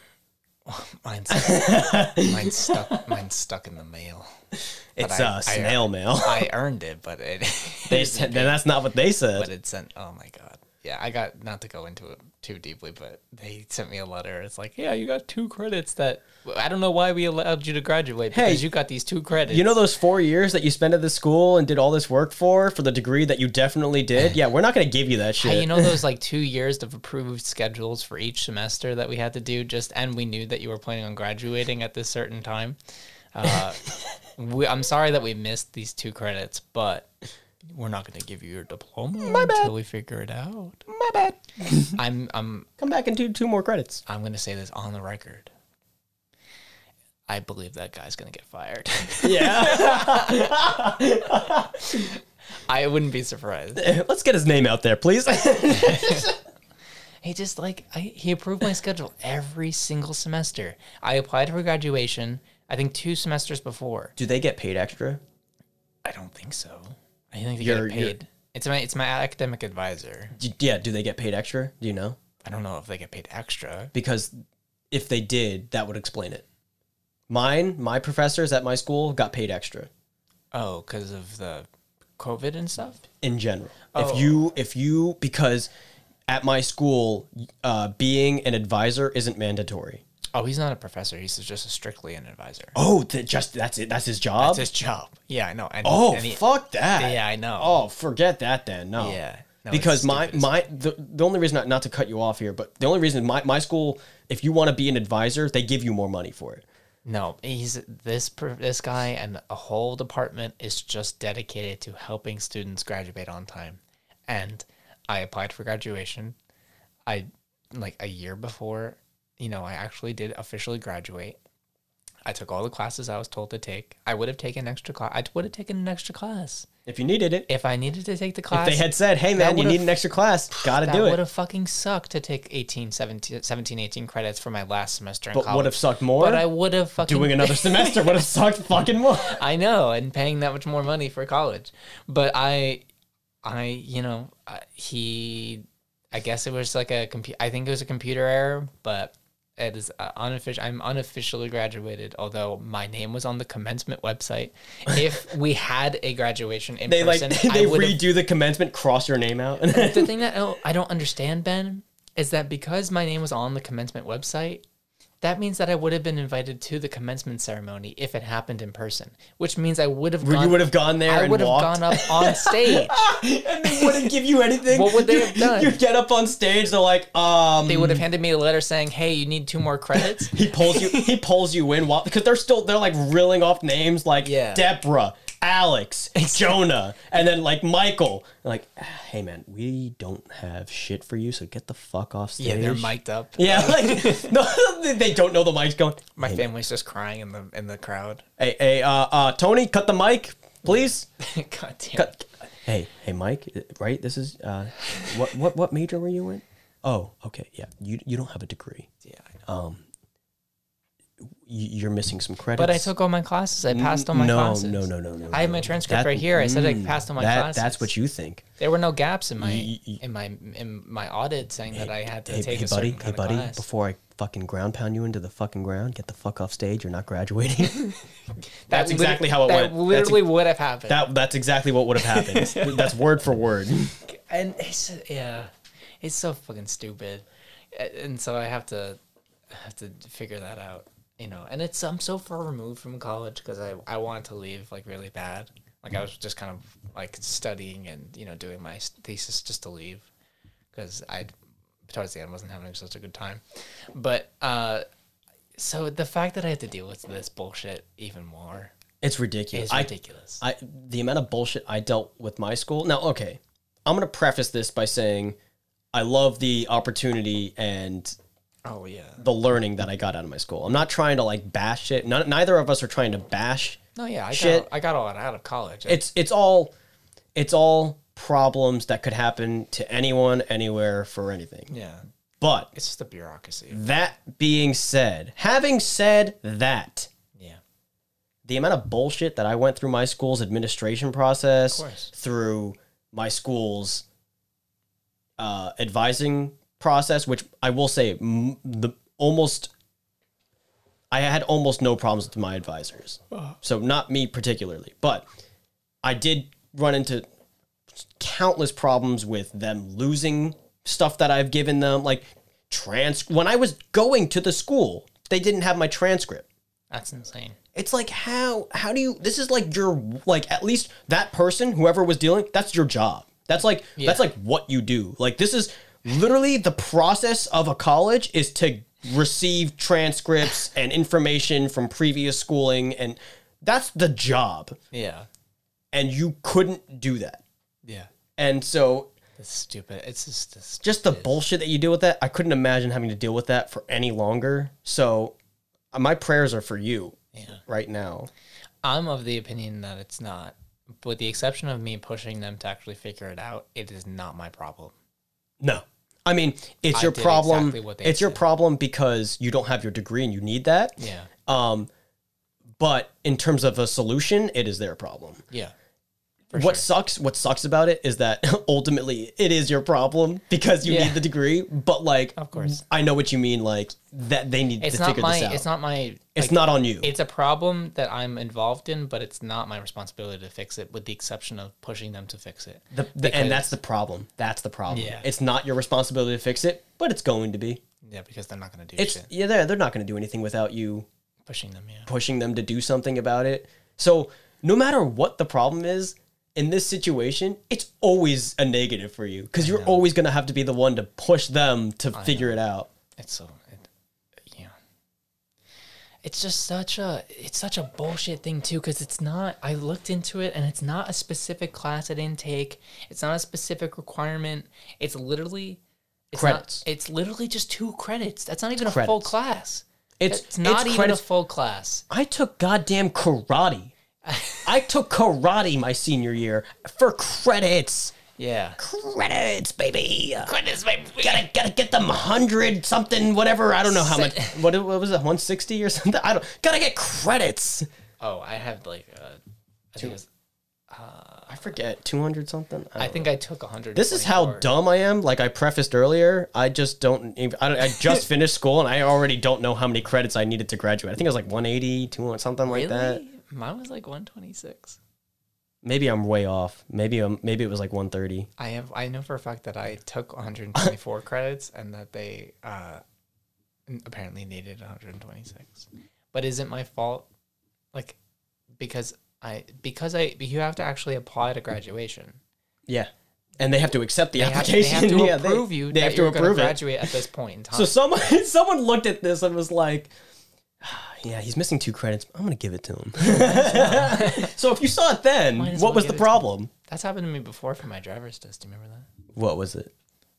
[SPEAKER 1] Mine's stuck. mine's stuck. Mine's stuck in the mail.
[SPEAKER 2] It's
[SPEAKER 1] I-
[SPEAKER 2] uh,
[SPEAKER 1] I-
[SPEAKER 2] snail mail.
[SPEAKER 1] I earned it, but it.
[SPEAKER 2] they said then that's not what they said.
[SPEAKER 1] but it sent. Oh my god. Yeah, I got not to go into it too deeply, but they sent me a letter. It's like, yeah, you got two credits that I don't know why we allowed you to graduate because you got these two credits.
[SPEAKER 2] You know those four years that you spent at the school and did all this work for for the degree that you definitely did. Yeah, we're not gonna give you that shit.
[SPEAKER 1] Hey, you know those like two years of approved schedules for each semester that we had to do just and we knew that you were planning on graduating at this certain time uh, we, i'm sorry that we missed these two credits but we're not going to give you your diploma until we figure it out
[SPEAKER 2] My bad.
[SPEAKER 1] i'm i'm
[SPEAKER 2] Come back and do two more credits.
[SPEAKER 1] i'm going to say this on the record i believe that guy's going to get fired
[SPEAKER 2] Yeah,
[SPEAKER 1] i wouldn't be surprised
[SPEAKER 2] let's get his name out there, please.
[SPEAKER 1] He just like I, he approved my schedule every single semester. I applied for graduation. I think two semesters before.
[SPEAKER 2] do they get paid extra?
[SPEAKER 1] I don't think so. I think they
[SPEAKER 2] You're-
[SPEAKER 1] get
[SPEAKER 2] you're-
[SPEAKER 1] paid. It's my it's my academic advisor.
[SPEAKER 2] Do- yeah, do they get paid extra? Do you know?
[SPEAKER 1] I don't know if they get paid extra.
[SPEAKER 2] Because if they did, that would explain it. Mine, my professors at my school got paid extra.
[SPEAKER 1] Oh, because of the COVID and stuff.
[SPEAKER 2] in general.
[SPEAKER 1] Oh.
[SPEAKER 2] If you if you because at my school, uh, being an advisor isn't mandatory.
[SPEAKER 1] Oh, he's not a professor. He's just strictly an advisor.
[SPEAKER 2] Oh, that just that's it. That's his job.
[SPEAKER 1] It's his job. Yeah, I know. And,
[SPEAKER 2] oh,
[SPEAKER 1] and he-
[SPEAKER 2] fuck that.
[SPEAKER 1] yeah, I know.
[SPEAKER 2] Oh, forget that then. No.
[SPEAKER 1] Yeah. No, it's
[SPEAKER 2] because my
[SPEAKER 1] stupid as-
[SPEAKER 2] my the, the only reason not, not to cut you off here, but the only reason my my school, if you want to be an advisor, they give you more money for it.
[SPEAKER 1] No, he's this per- this guy and a whole department is just dedicated to helping students graduate on time. And I applied for graduation. I like a year before, you know, I actually did officially graduate. I took all the classes I was told to take. I would have taken an extra class. I would have taken an extra class
[SPEAKER 2] If you needed it,
[SPEAKER 1] if I needed to take the class.
[SPEAKER 2] they had said, "Hey man, you
[SPEAKER 1] would've-
[SPEAKER 2] need an extra class. Got to
[SPEAKER 1] that
[SPEAKER 2] do
[SPEAKER 1] would
[SPEAKER 2] it."
[SPEAKER 1] have fucking sucked to take 18, 17, 17, 18 credits for my last semester in
[SPEAKER 2] But
[SPEAKER 1] college.
[SPEAKER 2] would have sucked more.
[SPEAKER 1] but I would have fucking
[SPEAKER 2] Doing another semester would have sucked fucking more.
[SPEAKER 1] I know, and paying that much more money for college. But I, I, you know, I, he, I guess it was like a compu I think it was a computer error, but it is uh, unofficial. I'm unofficially graduated, although my name was on the commencement website. If we had a graduation in
[SPEAKER 2] They like
[SPEAKER 1] person,
[SPEAKER 2] they
[SPEAKER 1] I would have.
[SPEAKER 2] redo the commencement, cross your name out.
[SPEAKER 1] the thing that I don't- I don't understand, Ben, is that because my name was on the commencement website, that means that I would have been invited to the commencement ceremony if it happened in person, which means I would have
[SPEAKER 2] you
[SPEAKER 1] gone
[SPEAKER 2] would have gone there
[SPEAKER 1] I
[SPEAKER 2] and
[SPEAKER 1] would have
[SPEAKER 2] walked,
[SPEAKER 1] gone up on stage.
[SPEAKER 2] and they wouldn't give you anything.
[SPEAKER 1] What would they have
[SPEAKER 2] You-
[SPEAKER 1] done?
[SPEAKER 2] You get up on stage, they're like, um.
[SPEAKER 1] they would have handed me a letter saying, "Hey, you need two more credits."
[SPEAKER 2] he pulls you. He pulls you in while because they're still they're like reeling off names like
[SPEAKER 1] Yeah.
[SPEAKER 2] Deborah, Alex, Jonah, and then like Michael. Like, "Ah, hey man, we don't have shit for you, so get the fuck off stage.
[SPEAKER 1] yeah, they're mic'd up.
[SPEAKER 2] Yeah, like no, they- they don't know the mic's going.
[SPEAKER 1] My family's just crying in the in the crowd.
[SPEAKER 2] Hey, hey, uh, uh, Tony, cut the mic, please.
[SPEAKER 1] God damn.
[SPEAKER 2] Cut. Hey, hey, Mike. Right? This is uh, what what what major were you in? Oh, okay, yeah. You you don't have a degree.
[SPEAKER 1] Yeah, I know.
[SPEAKER 2] You, you're missing some credits.
[SPEAKER 1] But I took all my classes. I passed all my
[SPEAKER 2] no,
[SPEAKER 1] classes.
[SPEAKER 2] no, no, no, no.
[SPEAKER 1] I have my
[SPEAKER 2] no.
[SPEAKER 1] transcript
[SPEAKER 2] That-
[SPEAKER 1] right here. I said I
[SPEAKER 2] mm,
[SPEAKER 1] passed all my
[SPEAKER 2] that-
[SPEAKER 1] classes.
[SPEAKER 2] That's what you think.
[SPEAKER 1] There were no gaps in my
[SPEAKER 2] Y- y-
[SPEAKER 1] in my in my audit saying that I had to
[SPEAKER 2] Hey,
[SPEAKER 1] take
[SPEAKER 2] hey
[SPEAKER 1] a
[SPEAKER 2] buddy,
[SPEAKER 1] certain
[SPEAKER 2] hey
[SPEAKER 1] kind
[SPEAKER 2] buddy.
[SPEAKER 1] of class.
[SPEAKER 2] Before I fucking ground pound you into the fucking ground, get the fuck off stage. You're not graduating.
[SPEAKER 1] That
[SPEAKER 2] that's
[SPEAKER 1] lit-
[SPEAKER 2] exactly how it
[SPEAKER 1] that
[SPEAKER 2] went. That's e-
[SPEAKER 1] literally would have happened.
[SPEAKER 2] that that's exactly what would have happened. that's word for word.
[SPEAKER 1] and it's yeah, it's so fucking stupid, A- and so I have to I have to figure that out, you know. And it's I'm so far removed from college because I I wanted to leave like really bad. Like I was just kind of like studying and you know doing my s- thesis just to leave because I towards the end wasn't having such a good time, but uh, so the fact that I had to deal with this bullshit even more
[SPEAKER 2] It's ridiculous.
[SPEAKER 1] is
[SPEAKER 2] I
[SPEAKER 1] ridiculous.
[SPEAKER 2] I the amount of bullshit I dealt with my school. Now, okay, I'm gonna preface this by saying I love the opportunity and
[SPEAKER 1] oh yeah,
[SPEAKER 2] the learning that I got out of my school. I'm not trying to like bash it. None, neither of us are trying to bash.
[SPEAKER 1] no yeah, I
[SPEAKER 2] Shit.
[SPEAKER 1] got I got all that out of college.
[SPEAKER 2] It's it's all it's all problems that could happen to anyone, anywhere, for anything.
[SPEAKER 1] yeah.
[SPEAKER 2] But
[SPEAKER 1] It's just the bureaucracy.
[SPEAKER 2] that being said, having said that,
[SPEAKER 1] Yeah.
[SPEAKER 2] the amount of bullshit that I went through my school's administration process,
[SPEAKER 1] Of course.
[SPEAKER 2] through my school's uh, advising process, which I will say, m- the almost, I had almost no problems with my advisors. So not me particularly, but I did run into countless problems with them losing stuff that I've given them, like trans. When I was going to the school, they didn't have my transcript
[SPEAKER 1] That's insane.
[SPEAKER 2] it's like how how do you this is like your like at least that person whoever was dealing that's your job that's like that's like what you do like this is literally the process of a college is to receive transcripts and information from previous schooling and that's the job
[SPEAKER 1] Yeah.
[SPEAKER 2] and you couldn't do that
[SPEAKER 1] Yeah.
[SPEAKER 2] and so
[SPEAKER 1] That's stupid. It's just this.
[SPEAKER 2] just the bullshit that you deal with that i couldn't imagine having to deal with that for any longer so uh, my prayers are for you
[SPEAKER 1] Yeah.
[SPEAKER 2] right now
[SPEAKER 1] I'm of the opinion that it's not. With the exception of me pushing them to actually figure it out, it is not my problem.
[SPEAKER 2] No. I mean, it's
[SPEAKER 1] I
[SPEAKER 2] your
[SPEAKER 1] did
[SPEAKER 2] problem.
[SPEAKER 1] exactly what they
[SPEAKER 2] it's your problem because you don't have your degree and you need that.
[SPEAKER 1] Yeah.
[SPEAKER 2] Um, but in terms of a solution, it is their problem.
[SPEAKER 1] Yeah.
[SPEAKER 2] what sucks, what sucks about it is that ultimately it is your problem because you
[SPEAKER 1] Yeah.
[SPEAKER 2] need the degree. But like, of
[SPEAKER 1] course.
[SPEAKER 2] I know what you mean. Like that they need
[SPEAKER 1] It's
[SPEAKER 2] to
[SPEAKER 1] not
[SPEAKER 2] figure
[SPEAKER 1] my.
[SPEAKER 2] this out.
[SPEAKER 1] It's not my.
[SPEAKER 2] It's not on you.
[SPEAKER 1] It's a problem that I'm involved in, but it's not my responsibility to fix it, with the exception of pushing them to fix it.
[SPEAKER 2] The- the- and that's the problem. That's the problem.
[SPEAKER 1] Yeah.
[SPEAKER 2] It's not your responsibility to fix it, but it's going to be.
[SPEAKER 1] yeah, because they're not going to do
[SPEAKER 2] It's
[SPEAKER 1] shit.
[SPEAKER 2] yeah, they're, they're not going to do anything without you
[SPEAKER 1] Pushing them, yeah.
[SPEAKER 2] pushing them to do something about it. So no matter what the problem is in this situation, it's always a negative for you because you're always going to have to be the one to push them to figure it out.
[SPEAKER 1] It's so, it, yeah. It's just such a, it's such a bullshit thing too, because it's not. I looked into it, and it's not a specific class at intake. It's not a specific requirement. It's literally it's not-
[SPEAKER 2] Credits.
[SPEAKER 1] it's literally just two credits. That's not even a full
[SPEAKER 2] credits.
[SPEAKER 1] class.
[SPEAKER 2] It's-
[SPEAKER 1] It's not
[SPEAKER 2] it's
[SPEAKER 1] even
[SPEAKER 2] credits-
[SPEAKER 1] a full class.
[SPEAKER 2] I took goddamn karate. I took karate my senior year for credits.
[SPEAKER 1] Yeah.
[SPEAKER 2] Credits, baby.
[SPEAKER 1] Credits, baby.
[SPEAKER 2] Gotta, gotta get them hundred something, whatever. I don't know how much.
[SPEAKER 1] Se-
[SPEAKER 2] What, what was it? One sixty or something. I don't. Gotta get credits.
[SPEAKER 1] Oh, I had like, uh, I, think it was,
[SPEAKER 2] I forget. Two hundred something.
[SPEAKER 1] I think I took a hundred.
[SPEAKER 2] Oh. This is how dumb I am. Like I prefaced earlier, I just don't. Even, I, don't- I just finished school and I already don't know how many credits I needed to graduate. I think it was like 180, 200, something like that.
[SPEAKER 1] Really? Mine was like one twenty six.
[SPEAKER 2] Maybe I'm way off. Maybe i maybe it was like 130.
[SPEAKER 1] I have I know for a fact that I took 124 credits and that they uh, n- apparently needed 126. But is it my fault? Like because I because I you have to actually apply to graduation.
[SPEAKER 2] Yeah, and they have to accept the
[SPEAKER 1] They have, they
[SPEAKER 2] application.
[SPEAKER 1] have to
[SPEAKER 2] Yeah, they-
[SPEAKER 1] approve you.
[SPEAKER 2] They
[SPEAKER 1] that
[SPEAKER 2] have to
[SPEAKER 1] you're gonna
[SPEAKER 2] approve it.
[SPEAKER 1] graduate at this point in time.
[SPEAKER 2] So someone someone looked at this and was like. "Ah, Yeah, he's missing two credits. I'm gonna give it to him. so if you saw it then,
[SPEAKER 1] Might as
[SPEAKER 2] what
[SPEAKER 1] well
[SPEAKER 2] was
[SPEAKER 1] give
[SPEAKER 2] the
[SPEAKER 1] it to him.
[SPEAKER 2] problem?
[SPEAKER 1] That's happened to me before for my driver's test. Do you remember that?
[SPEAKER 2] What was it?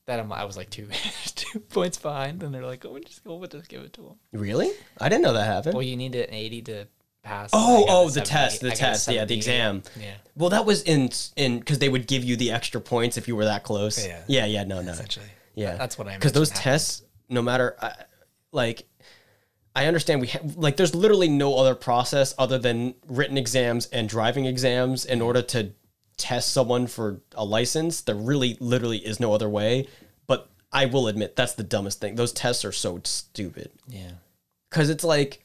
[SPEAKER 1] That I'm, I was like two two points behind, and they're like, "Oh, we'll just we'll just give it to them."
[SPEAKER 2] Really? I didn't know that happened.
[SPEAKER 1] Well, you need an 80 to pass.
[SPEAKER 2] Oh,
[SPEAKER 1] I got a
[SPEAKER 2] oh, the
[SPEAKER 1] 78.
[SPEAKER 2] test, the
[SPEAKER 1] I got a
[SPEAKER 2] test, yeah, the
[SPEAKER 1] 78.
[SPEAKER 2] exam.
[SPEAKER 1] Yeah.
[SPEAKER 2] Well, that was in in because they would give you the extra points if you were that close.
[SPEAKER 1] Yeah.
[SPEAKER 2] yeah, yeah no, no,
[SPEAKER 1] essentially.
[SPEAKER 2] yeah.
[SPEAKER 1] that's what I
[SPEAKER 2] because those
[SPEAKER 1] imagine
[SPEAKER 2] tests, no matter, uh, like, I understand we ha- like there's literally no other process other than written exams and driving exams in order to test someone for a license. There really, literally is no other way. But I will admit that's the dumbest thing. Those tests are so stupid
[SPEAKER 1] Yeah,
[SPEAKER 2] because it's like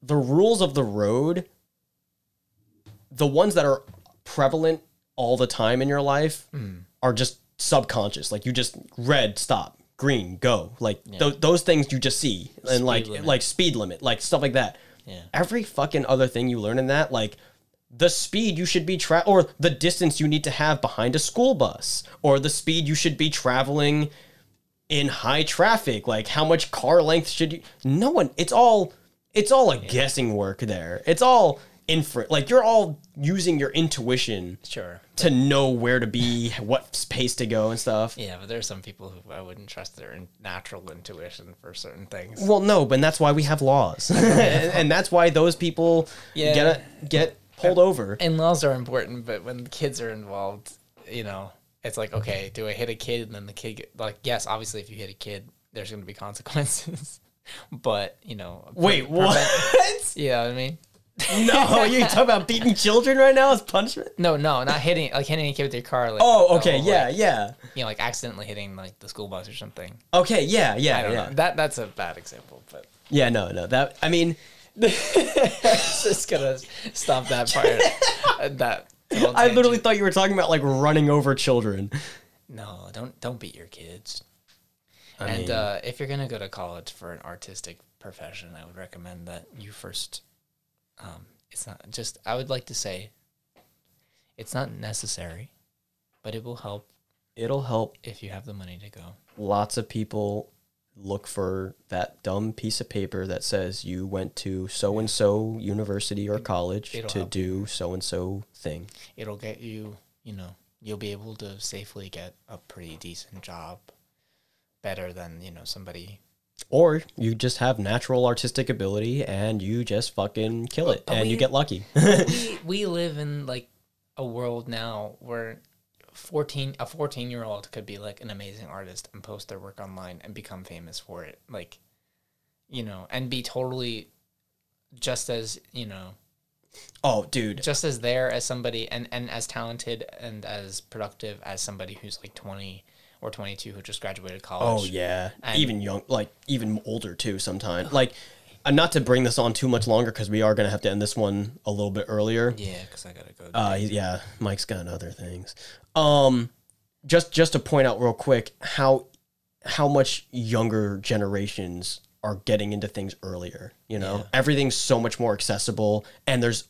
[SPEAKER 2] the rules of the road the ones that are prevalent all the time in your life
[SPEAKER 1] Mm.
[SPEAKER 2] are just subconscious like you just red stop green go like tho- those things you just see and like
[SPEAKER 1] limit.
[SPEAKER 2] like speed limit like stuff like that
[SPEAKER 1] Yeah.
[SPEAKER 2] every fucking other thing you learn in that like the speed you should be tra- or the distance you need to have behind a school bus or the speed you should be traveling in high traffic like how much car length should you no one it's all it's all a guessing work there it's all infer like you're all using your intuition
[SPEAKER 1] sure.
[SPEAKER 2] to know where to be what pace to go and stuff
[SPEAKER 1] Yeah, but there's some people who I wouldn't trust their in- natural intuition for certain things.
[SPEAKER 2] well no but that's why we have laws and, and that's why those people
[SPEAKER 1] Yeah.
[SPEAKER 2] get a, get pulled over
[SPEAKER 1] And laws are important, but when the kids are involved, you know, it's like, okay, do I hit a kid? And then the kid, get, like, yes, obviously, if you hit a kid, there's going to be consequences. but you know, pre-
[SPEAKER 2] Wait, what?
[SPEAKER 1] you know what I mean?
[SPEAKER 2] no, you talking about beating children right now as punishment?
[SPEAKER 1] No, no, not hitting like hitting a kid with your car. Like,
[SPEAKER 2] Oh, okay,
[SPEAKER 1] like,
[SPEAKER 2] yeah, yeah.
[SPEAKER 1] you know, like accidentally hitting like the school bus or something.
[SPEAKER 2] Okay, yeah,
[SPEAKER 1] I
[SPEAKER 2] yeah,
[SPEAKER 1] don't
[SPEAKER 2] yeah.
[SPEAKER 1] know. That that's a bad example, but
[SPEAKER 2] Yeah, no, no. That I mean,
[SPEAKER 1] just gonna stop that part. Uh, that whole
[SPEAKER 2] I literally
[SPEAKER 1] tangent.
[SPEAKER 2] thought you were talking about like running over children.
[SPEAKER 1] no, don't don't beat your kids.
[SPEAKER 2] I
[SPEAKER 1] and
[SPEAKER 2] mean-
[SPEAKER 1] uh, if you're gonna go to college for an artistic profession, I would recommend that you first. Um, it's not just. I would like to say. It's not necessary, but it will help
[SPEAKER 2] It'll help
[SPEAKER 1] if you have the money to go.
[SPEAKER 2] lots of people look for that dumb piece of paper that says you went to so and so university or college
[SPEAKER 1] It'll
[SPEAKER 2] to
[SPEAKER 1] help.
[SPEAKER 2] do so and so thing.
[SPEAKER 1] it'll get you, you know, you'll be able to safely get a pretty decent job, better than you know somebody.
[SPEAKER 2] Or you just have natural artistic ability and you just fucking kill it
[SPEAKER 1] But
[SPEAKER 2] and you
[SPEAKER 1] we-
[SPEAKER 2] get lucky.
[SPEAKER 1] we, we live in like a world now where fourteen a fourteen year old could be like an amazing artist and post their work online and become famous for it, like, you know, and be totally just as you know
[SPEAKER 2] oh, dude.
[SPEAKER 1] just as there as somebody and and as talented and as productive as somebody who's like 20 or 22 who just graduated college
[SPEAKER 2] Oh yeah,
[SPEAKER 1] And-
[SPEAKER 2] even young, like even older too. Sometimes, like, uh, not to bring this on too much longer because we are gonna have to end this one a little bit earlier.
[SPEAKER 1] Yeah, because I gotta go.
[SPEAKER 2] Uh, he- yeah, Mike's got other things. Um, just just to point out real quick how how much younger generations are getting into things earlier. You know, everything's so much more accessible, and there's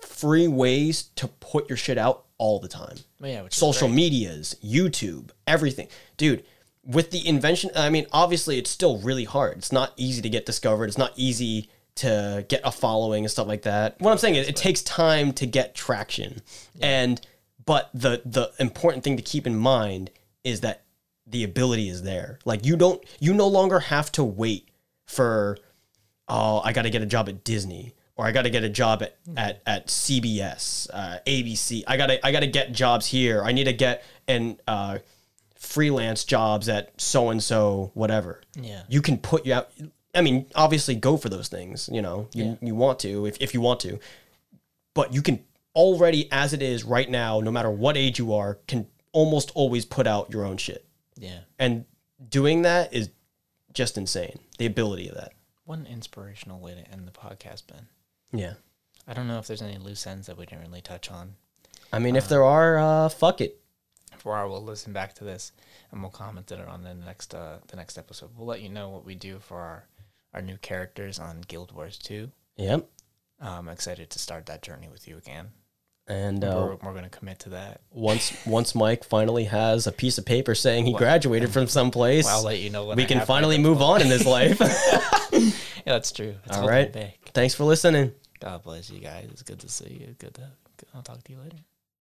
[SPEAKER 2] free ways to put your shit out all the time
[SPEAKER 1] But yeah, which is
[SPEAKER 2] social
[SPEAKER 1] great.
[SPEAKER 2] medias, YouTube, everything. Dude, with the invention, I mean, obviously it's still really hard. It's not easy to get discovered. It's not easy to get a following and stuff like that. What I'm saying is it takes time to get traction. And but the the important thing to keep in mind is that the ability is there. Like you don't you no longer have to wait for oh, I got to get a job at Disney or I got to get a job at, at, at CBS, uh, ABC. I got to I got to get jobs here. I need to get and uh, freelance jobs at so and so whatever.
[SPEAKER 1] Yeah.
[SPEAKER 2] You can put you out I mean, obviously go for those things, you know. You you want to if if you want to. But you can already as it is right now, no matter what age you are, can almost always put out your own shit.
[SPEAKER 1] Yeah.
[SPEAKER 2] And doing that is just insane. The ability of that.
[SPEAKER 1] What an inspirational way to end the podcast, Ben.
[SPEAKER 2] Yeah.
[SPEAKER 1] I don't know if there's any loose ends that we didn't really touch on.
[SPEAKER 2] I mean, if there are, uh, fuck it.
[SPEAKER 1] For our, we'll listen back to this and we'll comment it on the next uh, the next episode. We'll let you know what we do for our our new characters on Guild Wars Two.
[SPEAKER 2] Yep.
[SPEAKER 1] I'm excited to start that journey with you again.
[SPEAKER 2] And
[SPEAKER 1] We're,
[SPEAKER 2] uh,
[SPEAKER 1] we're going to commit to that.
[SPEAKER 2] once once Mike finally has a piece of paper saying he graduated from someplace,
[SPEAKER 1] I'll let you know when
[SPEAKER 2] we
[SPEAKER 1] I
[SPEAKER 2] can
[SPEAKER 1] have
[SPEAKER 2] finally move on in this life.
[SPEAKER 1] my- Yeah, that's true. It's
[SPEAKER 2] All
[SPEAKER 1] all right.
[SPEAKER 2] right. Thanks for listening.
[SPEAKER 1] God bless you guys. It's good to see you. Good to. I'll talk to you later.